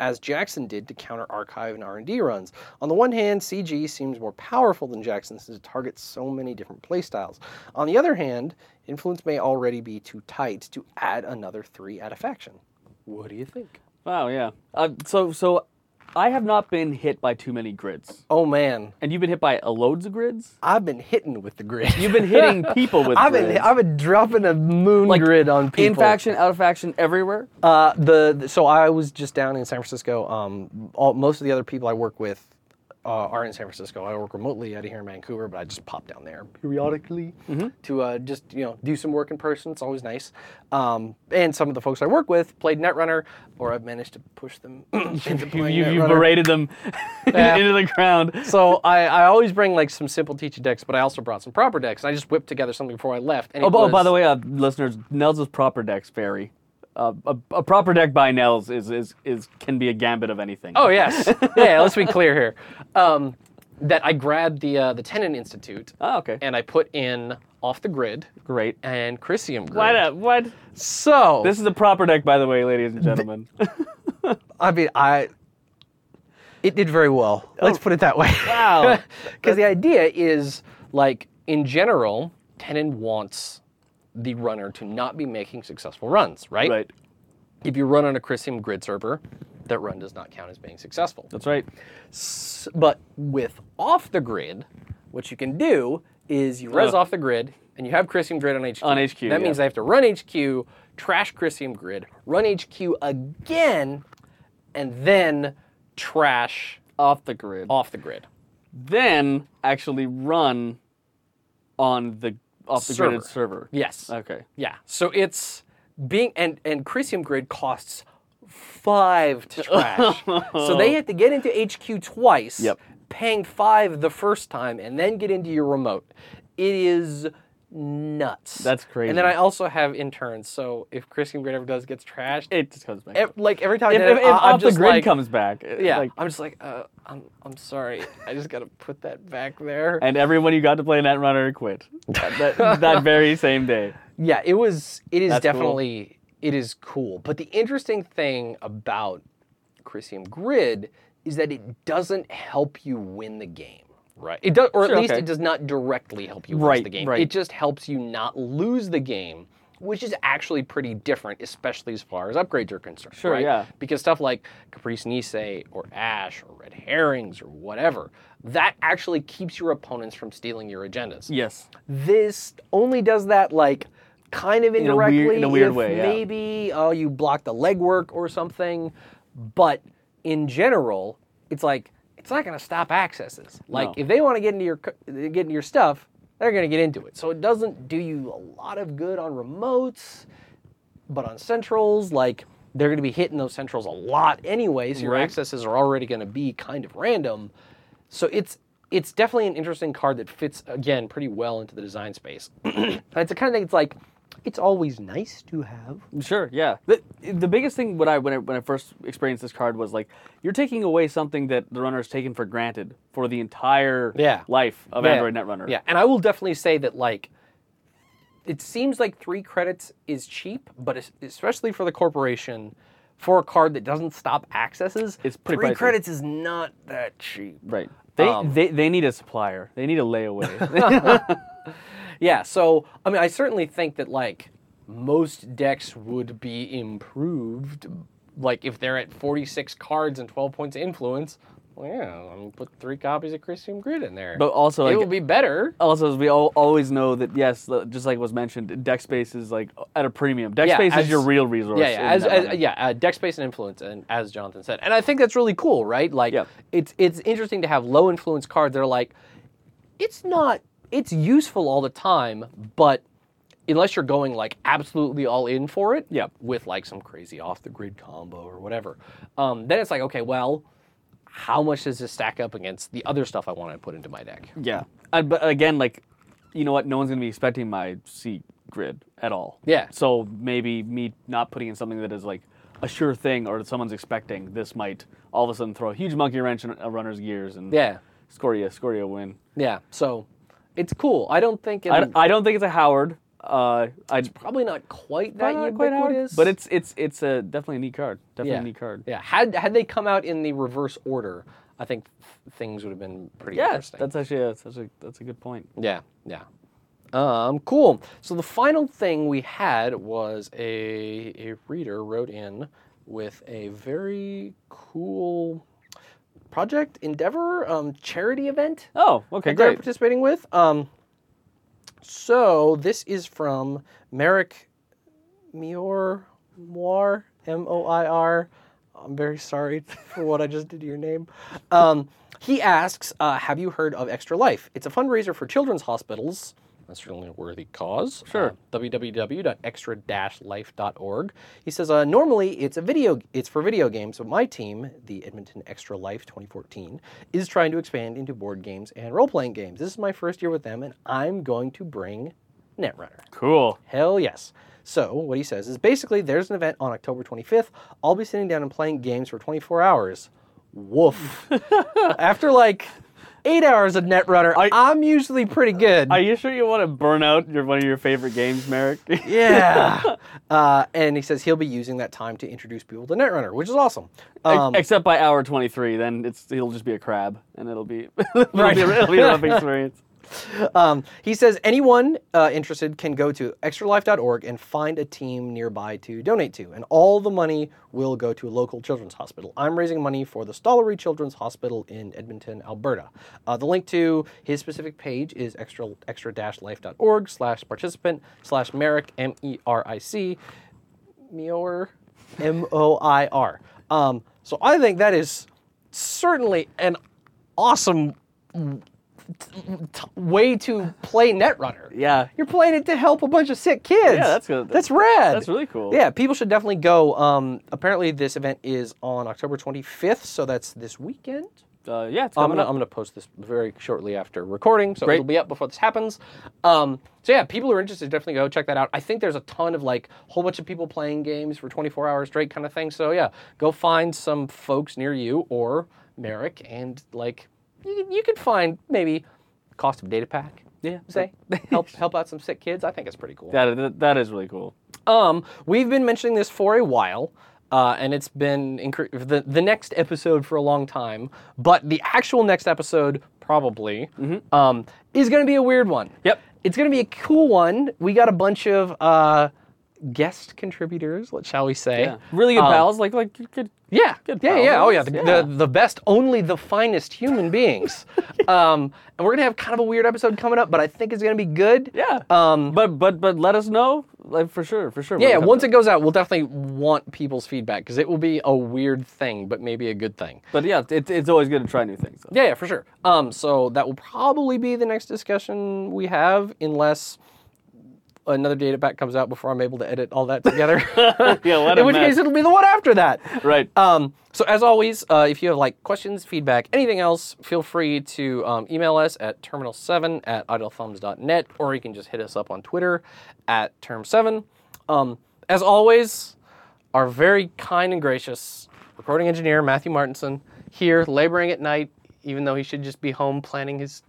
[SPEAKER 1] as Jackson did to counter archive and R&D runs. On the one hand, CG seems more powerful than Jackson since it targets so many different playstyles. On the other hand, influence may already be too tight to add another three at a faction. What do you think?
[SPEAKER 2] Wow. Yeah. Uh, so so, I have not been hit by too many grids,
[SPEAKER 1] Oh man,
[SPEAKER 2] and you've been hit by a loads of grids.
[SPEAKER 1] I've been hitting with the grid.
[SPEAKER 2] You've been hitting people
[SPEAKER 1] [LAUGHS]
[SPEAKER 2] with
[SPEAKER 1] I've
[SPEAKER 2] grids.
[SPEAKER 1] been I've been dropping a moon grid on people.
[SPEAKER 2] in faction, out of faction, everywhere.
[SPEAKER 1] Uh, the, the- so I was just down in San Francisco. Um, all, most of the other people I work with uh, are in San Francisco. I work remotely out of here in Vancouver, but I just pop down there periodically
[SPEAKER 2] Mm-hmm.
[SPEAKER 1] to uh, just you know do some work in person. It's always nice. Um, and some of the folks I work with played Netrunner, or I've managed to push them [CLEARS THROAT] into
[SPEAKER 2] You,
[SPEAKER 1] playing
[SPEAKER 2] you, you
[SPEAKER 1] Netrunner.
[SPEAKER 2] berated them [LAUGHS] into the ground.
[SPEAKER 1] [LAUGHS] So I, I always bring like some simple teacher decks, but I also brought some proper decks. I just whipped together something before I left. And
[SPEAKER 2] Oh,
[SPEAKER 1] it
[SPEAKER 2] b- oh, by
[SPEAKER 1] was-
[SPEAKER 2] the way, uh, listeners, Nels' proper decks vary. Uh, a, a proper deck by Nels is, is is can be a gambit of anything.
[SPEAKER 1] Oh yes, yeah. yeah, Let's be clear here. Um, that I grabbed the uh, the Tenon Institute
[SPEAKER 2] Oh, okay.
[SPEAKER 1] and I put in off the grid
[SPEAKER 2] Great.
[SPEAKER 1] and uh, Chrysium grid.
[SPEAKER 2] What? A, what?
[SPEAKER 1] So
[SPEAKER 2] This is a proper deck, by the way, ladies and gentlemen.
[SPEAKER 1] I mean, I it did very well. Let's put it that way. [LAUGHS]
[SPEAKER 2] Oh, Wow.
[SPEAKER 1] Because the idea is like in general, Tenon wants the runner to not be making successful runs, right?
[SPEAKER 2] right.
[SPEAKER 1] If you run on a Chrysium grid server, that run does not count as being successful.
[SPEAKER 2] That's right.
[SPEAKER 1] S- but with off the grid, what you can do is you res
[SPEAKER 2] Ugh.
[SPEAKER 1] off the grid and you have Chrysium grid on HQ.
[SPEAKER 2] On HQ,
[SPEAKER 1] That
[SPEAKER 2] yeah.
[SPEAKER 1] means they have to run HQ, trash Chrysium grid, run HQ again, and then trash
[SPEAKER 2] Off the grid.
[SPEAKER 1] off the grid.
[SPEAKER 2] Then actually run on the off the gridded server.
[SPEAKER 1] Yes.
[SPEAKER 2] Okay.
[SPEAKER 1] Yeah. So it's being and and Chrysium grid costs five to
[SPEAKER 2] [LAUGHS]
[SPEAKER 1] trash. so they have to get into HQ twice,
[SPEAKER 2] Yep.
[SPEAKER 1] paying five the first time, and then get into your remote. It is nuts.
[SPEAKER 2] That's crazy.
[SPEAKER 1] And then I also have interns, so if Christian Green ever does gets trashed,
[SPEAKER 2] it just comes back.
[SPEAKER 1] ev- like every time I
[SPEAKER 2] if
[SPEAKER 1] did
[SPEAKER 2] if,
[SPEAKER 1] it,
[SPEAKER 2] if
[SPEAKER 1] I- I'm
[SPEAKER 2] off the
[SPEAKER 1] just
[SPEAKER 2] grid
[SPEAKER 1] like,
[SPEAKER 2] comes back, it-
[SPEAKER 1] yeah,
[SPEAKER 2] like,
[SPEAKER 1] I'm just like, uh, I'm I'm sorry, I just gotta put that back
[SPEAKER 2] [LAUGHS]
[SPEAKER 1] there.
[SPEAKER 2] and everyone you got to play Netrunner
[SPEAKER 1] [LAUGHS]
[SPEAKER 2] quit that, that, that very same day.
[SPEAKER 1] Yeah, it was. It is
[SPEAKER 2] That's cool.
[SPEAKER 1] definitely. It is cool. But the interesting thing about Chrysium Grid is that it doesn't help you win the game. Right. It does, or
[SPEAKER 2] Sure,
[SPEAKER 1] at least
[SPEAKER 2] okay.
[SPEAKER 1] it does not directly help you
[SPEAKER 2] Right,
[SPEAKER 1] lose the game.
[SPEAKER 2] right.
[SPEAKER 1] It just helps you not lose the game, which is actually pretty different, especially as far as upgrades are concerned.
[SPEAKER 2] Sure,
[SPEAKER 1] right?
[SPEAKER 2] yeah.
[SPEAKER 1] Because stuff like Caprice Nisei or Ash or Red Herrings or whatever, that actually keeps your opponents from stealing your agendas
[SPEAKER 2] Yes,
[SPEAKER 1] this only does that like kind of
[SPEAKER 2] a weird-
[SPEAKER 1] indirectly
[SPEAKER 2] in a weird
[SPEAKER 1] if
[SPEAKER 2] way, yeah.
[SPEAKER 1] maybe oh you block the legwork or something but in general it's like it's not going to stop accesses like
[SPEAKER 2] No.
[SPEAKER 1] if they want to get into your c- get into your stuff they're going to get into it so it doesn't do you a lot of good on remotes but on centrals like they're going to be hitting those centrals a lot anyway so your
[SPEAKER 2] Right.
[SPEAKER 1] accesses are already going to be kind of random so it's it's definitely an interesting card that fits again pretty well into the design space. [CLEARS THROAT] And it's the kind of thing. It's like it's always nice to have.
[SPEAKER 2] sure, yeah. The, the biggest thing when I when I when I first experienced this card was like you're taking away something that the runner has taken for granted for the entire
[SPEAKER 1] Yeah.
[SPEAKER 2] life of Android Netrunner.
[SPEAKER 1] Yeah, and I will definitely say that like it seems like three credits is cheap, but es- especially for the corporation, for a card that doesn't stop accesses,
[SPEAKER 2] It's pretty
[SPEAKER 1] three
[SPEAKER 2] pricey.
[SPEAKER 1] credits is not that cheap.
[SPEAKER 2] right. They,
[SPEAKER 1] Um,
[SPEAKER 2] they they need a supplier. They need a
[SPEAKER 1] [LAUGHS]
[SPEAKER 2] layaway. [LAUGHS]
[SPEAKER 1] Yeah, so I mean, I certainly think that like most decks would be improved, like if they're at 46 cards and 12 points of influence. Well, yeah, I mean, put three copies of Christian Grid in there.
[SPEAKER 2] But also,
[SPEAKER 1] it
[SPEAKER 2] like-
[SPEAKER 1] will be better.
[SPEAKER 2] also, as we all, always know that yes, the- just like was mentioned, deck space is like at a premium. Deck
[SPEAKER 1] Yeah,
[SPEAKER 2] space
[SPEAKER 1] as-
[SPEAKER 2] is your real resource.
[SPEAKER 1] Yeah, yeah,
[SPEAKER 2] in
[SPEAKER 1] as,
[SPEAKER 2] Netrunner.
[SPEAKER 1] as, yeah, uh, deck space and influence, and as Jonathan said, and I think that's really cool, right? Like,
[SPEAKER 2] Yeah.
[SPEAKER 1] it's it's interesting to have low influence cards that are like, it's not, it's useful all the time, but unless you're going like absolutely all in for it,
[SPEAKER 2] Yep.
[SPEAKER 1] with like some crazy off the grid combo or whatever, um, then it's like, okay, well, how much does this stack up against the other stuff I want to put into my deck?
[SPEAKER 2] Yeah. Uh, but again, like, you know what? No one's going to be expecting my C grid at all.
[SPEAKER 1] Yeah.
[SPEAKER 2] So maybe me not putting in something that is like a sure thing or that someone's expecting, this might all of a sudden throw a huge monkey wrench in a runner's gears and
[SPEAKER 1] Yeah,
[SPEAKER 2] score you, score you a win.
[SPEAKER 1] yeah. So, it's cool. I don't think it,
[SPEAKER 2] I, I don't think it's a Howard. Uh, I
[SPEAKER 1] Mm. probably not quite that
[SPEAKER 2] probably not quite Howard,
[SPEAKER 1] ubiquitous,
[SPEAKER 2] but it's it's it's a definitely a neat card. Definitely a neat card.
[SPEAKER 1] Yeah, had had they come out in the reverse order, I think th- things would have been pretty
[SPEAKER 2] Yeah,
[SPEAKER 1] interesting.
[SPEAKER 2] that's actually a, that's a that's a good point.
[SPEAKER 1] yeah, yeah. Um, cool. So the final thing we had was a a reader wrote in with a very cool project endeavor um, charity event
[SPEAKER 2] Oh, okay,
[SPEAKER 1] that they're
[SPEAKER 2] great.
[SPEAKER 1] participating with. Um, so this is from Merrick Mior Moir M O I R. I'm very sorry [LAUGHS] for what I just did to your name. Um, he asks, uh, "Have you heard of Extra Life? It's a fundraiser for children's hospitals." That's certainly a worthy cause.
[SPEAKER 2] Sure.
[SPEAKER 1] Uh, www.extra-life.org. He says, uh, "Normally it's a video, it's for video games, but my team, the Edmonton Extra Life 2014, is trying to expand into board games and role-playing games. This is my first year with them, and I'm going to bring Netrunner."
[SPEAKER 2] Cool.
[SPEAKER 1] Hell yes. So, what he says is basically there's an event on October 25th. I'll be sitting down and playing games for 24 hours. Woof. After like eight hours of Netrunner, I'm usually pretty good.
[SPEAKER 2] Are you sure you want to burn out your one of your favorite games, Merrick?
[SPEAKER 1] [LAUGHS]
[SPEAKER 2] [LAUGHS]
[SPEAKER 1] yeah. uh, and he says he'll be using that time to introduce people to Netrunner, which is awesome.
[SPEAKER 2] Ex-
[SPEAKER 1] Um,
[SPEAKER 2] Except by hour 23, then it's it'll just be a crab, and it'll be [LAUGHS] it'll, be, it'll [LAUGHS] be a rough experience.
[SPEAKER 1] um, he says anyone uh, interested can go to extralife.org and find a team nearby to donate to, and all the money will go to a local children's hospital. I'm raising money for the Stollery Children's Hospital in Edmonton, Alberta. Uh, the link to his specific page is extra extra life.org slash participant slash Merrick M E R I C. Moir, M O I R. Um, so I think that is certainly an awesome mm, t- t- way to play Netrunner.
[SPEAKER 2] Yeah.
[SPEAKER 1] You're playing it to help a bunch of sick kids.
[SPEAKER 2] Yeah, that's good.
[SPEAKER 1] That's rad.
[SPEAKER 2] That's really cool.
[SPEAKER 1] Yeah, people should definitely go. Um, apparently, this event is on October 25th, so that's this weekend.
[SPEAKER 2] Uh, yeah, it's
[SPEAKER 1] I'm
[SPEAKER 2] coming
[SPEAKER 1] gonna,
[SPEAKER 2] up.
[SPEAKER 1] I'm gonna post this very shortly after recording, so
[SPEAKER 2] Great.
[SPEAKER 1] it'll be up before this happens. Um, so yeah, people who are interested definitely go check that out. I think there's a ton of like a whole bunch of people playing games for 24 hours straight kind of thing. So yeah, go find some folks near you or Merrick, and like you, you could find maybe cost of data pack.
[SPEAKER 2] Yeah.
[SPEAKER 1] Say [LAUGHS] help help out some sick kids. I think it's pretty cool.
[SPEAKER 2] That, that, that is really cool.
[SPEAKER 1] Um, we've been mentioning this for a while, uh, and it's been incre- the the next episode for a long time. But the actual next episode, probably, um, is going to be a weird one.
[SPEAKER 2] Mm-hmm. Yep.
[SPEAKER 1] it's going to be a cool one. We got a bunch of uh, guest contributors. What shall we say?
[SPEAKER 2] Yeah. Really good
[SPEAKER 1] Um,
[SPEAKER 2] pals. Like, like you could.
[SPEAKER 1] Yeah,
[SPEAKER 2] Good
[SPEAKER 1] yeah, yeah. Oh, yeah. The,
[SPEAKER 2] problems.
[SPEAKER 1] The,
[SPEAKER 2] Yeah.
[SPEAKER 1] the best, only the finest human
[SPEAKER 2] [LAUGHS]
[SPEAKER 1] beings. um, and we're gonna have kind of a weird episode coming up, but I think it's gonna be good.
[SPEAKER 2] Yeah.
[SPEAKER 1] Um,
[SPEAKER 2] but but but let us know like for sure for sure.
[SPEAKER 1] Yeah,
[SPEAKER 2] when it
[SPEAKER 1] once
[SPEAKER 2] comes
[SPEAKER 1] it goes out, we'll definitely want people's feedback because it will be a weird thing, but maybe a good thing.
[SPEAKER 2] out. but yeah, it, it's always good to try new things. though.
[SPEAKER 1] Yeah, yeah, for sure. Um, so that will probably be the next discussion we have, unless another data pack comes out before I'm able to edit all that together.
[SPEAKER 2] [LAUGHS] Yeah, [LAUGHS] what a
[SPEAKER 1] In which
[SPEAKER 2] mess.
[SPEAKER 1] case, it'll be the one after that.
[SPEAKER 2] Right.
[SPEAKER 1] Um, so as always, uh, if you have like questions, feedback, anything else, feel free to um, email us at terminal7 at idlethumbs.net, or you can just hit us up on Twitter at term7. Um, as always, our very kind and gracious recording engineer, Matthew Martinson, here laboring at night, even though he should just be home planning his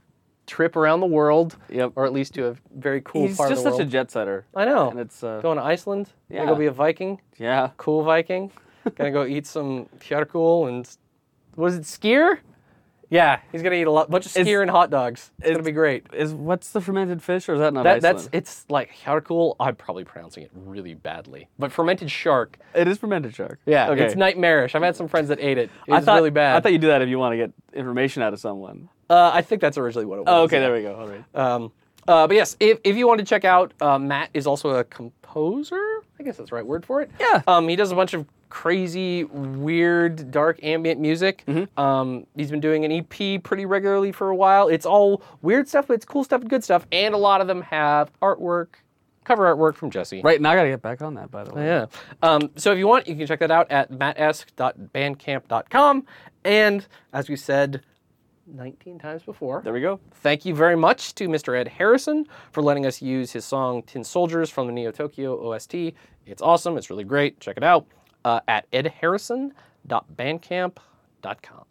[SPEAKER 1] trip around the world,
[SPEAKER 2] Yep.
[SPEAKER 1] or at least to a very cool
[SPEAKER 2] He's
[SPEAKER 1] part
[SPEAKER 2] just
[SPEAKER 1] of the
[SPEAKER 2] such a
[SPEAKER 1] world.
[SPEAKER 2] jet setter.
[SPEAKER 1] I know.
[SPEAKER 2] And it's uh,
[SPEAKER 1] Going to Iceland, yeah.
[SPEAKER 2] Yeah.
[SPEAKER 1] go be a Viking
[SPEAKER 2] yeah.
[SPEAKER 1] cool Viking. gonna go eat some fjarkul and was it skier? Yeah, he's gonna eat a lot, bunch of skier
[SPEAKER 2] It's-
[SPEAKER 1] and hot dogs. It's, gonna
[SPEAKER 2] it's-
[SPEAKER 1] be great.
[SPEAKER 2] Is what's the fermented fish or is that not
[SPEAKER 1] That,
[SPEAKER 2] Iceland?
[SPEAKER 1] that's it's like fjarkul. I'm probably pronouncing it really badly, but fermented shark.
[SPEAKER 2] it is fermented shark.
[SPEAKER 1] Yeah,
[SPEAKER 2] Okay.
[SPEAKER 1] it's nightmarish. I've had some friends that ate it. It's
[SPEAKER 2] I thought,
[SPEAKER 1] really bad.
[SPEAKER 2] I thought you do that if you want to get information out of someone.
[SPEAKER 1] uh, I think that's originally what it was.
[SPEAKER 2] Oh, okay, there we go. All right.
[SPEAKER 1] Um, uh, but yes, if, if you want to check out, uh, Matt is also a composer. I guess that's the right word for it.
[SPEAKER 2] Yeah.
[SPEAKER 1] Um, he does a bunch of crazy, weird, dark ambient music.
[SPEAKER 2] Mm-hmm.
[SPEAKER 1] Um, he's been doing an EP pretty regularly for a while. It's all weird stuff, but it's cool stuff and good stuff. And a lot of them have artwork, cover artwork from Jesse.
[SPEAKER 2] Right, and I got to get back on that, by the way.
[SPEAKER 1] Yeah. Um, so if you want, you can check that out at mattesk.bandcamp.com. And as we said 19 times before,
[SPEAKER 2] There we go.
[SPEAKER 1] Thank you very much to Mr. Ed Harrison for letting us use his song Tin Soldiers from the Neo Tokyo OST. It's awesome. It's really great. Check it out uh, at edharrison.bandcamp.com.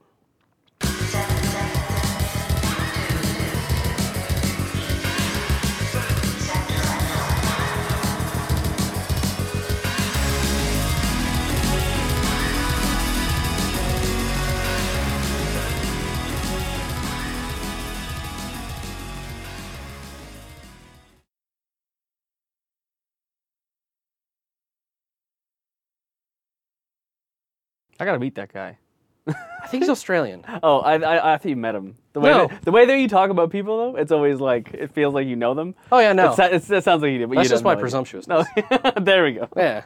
[SPEAKER 2] I got to meet that guy.
[SPEAKER 1] I think he's Australian.
[SPEAKER 2] Oh, I, I, I think you met him. The way,
[SPEAKER 1] No.
[SPEAKER 2] that, the way that you talk about people, though, it's always like, it feels like you know them.
[SPEAKER 1] Oh, yeah, no.
[SPEAKER 2] It, sa- it, it sounds like you do, but
[SPEAKER 1] That's
[SPEAKER 2] you
[SPEAKER 1] just
[SPEAKER 2] don't
[SPEAKER 1] my
[SPEAKER 2] know you.
[SPEAKER 1] presumptuousness.
[SPEAKER 2] No, [LAUGHS] there we go.
[SPEAKER 1] Yeah.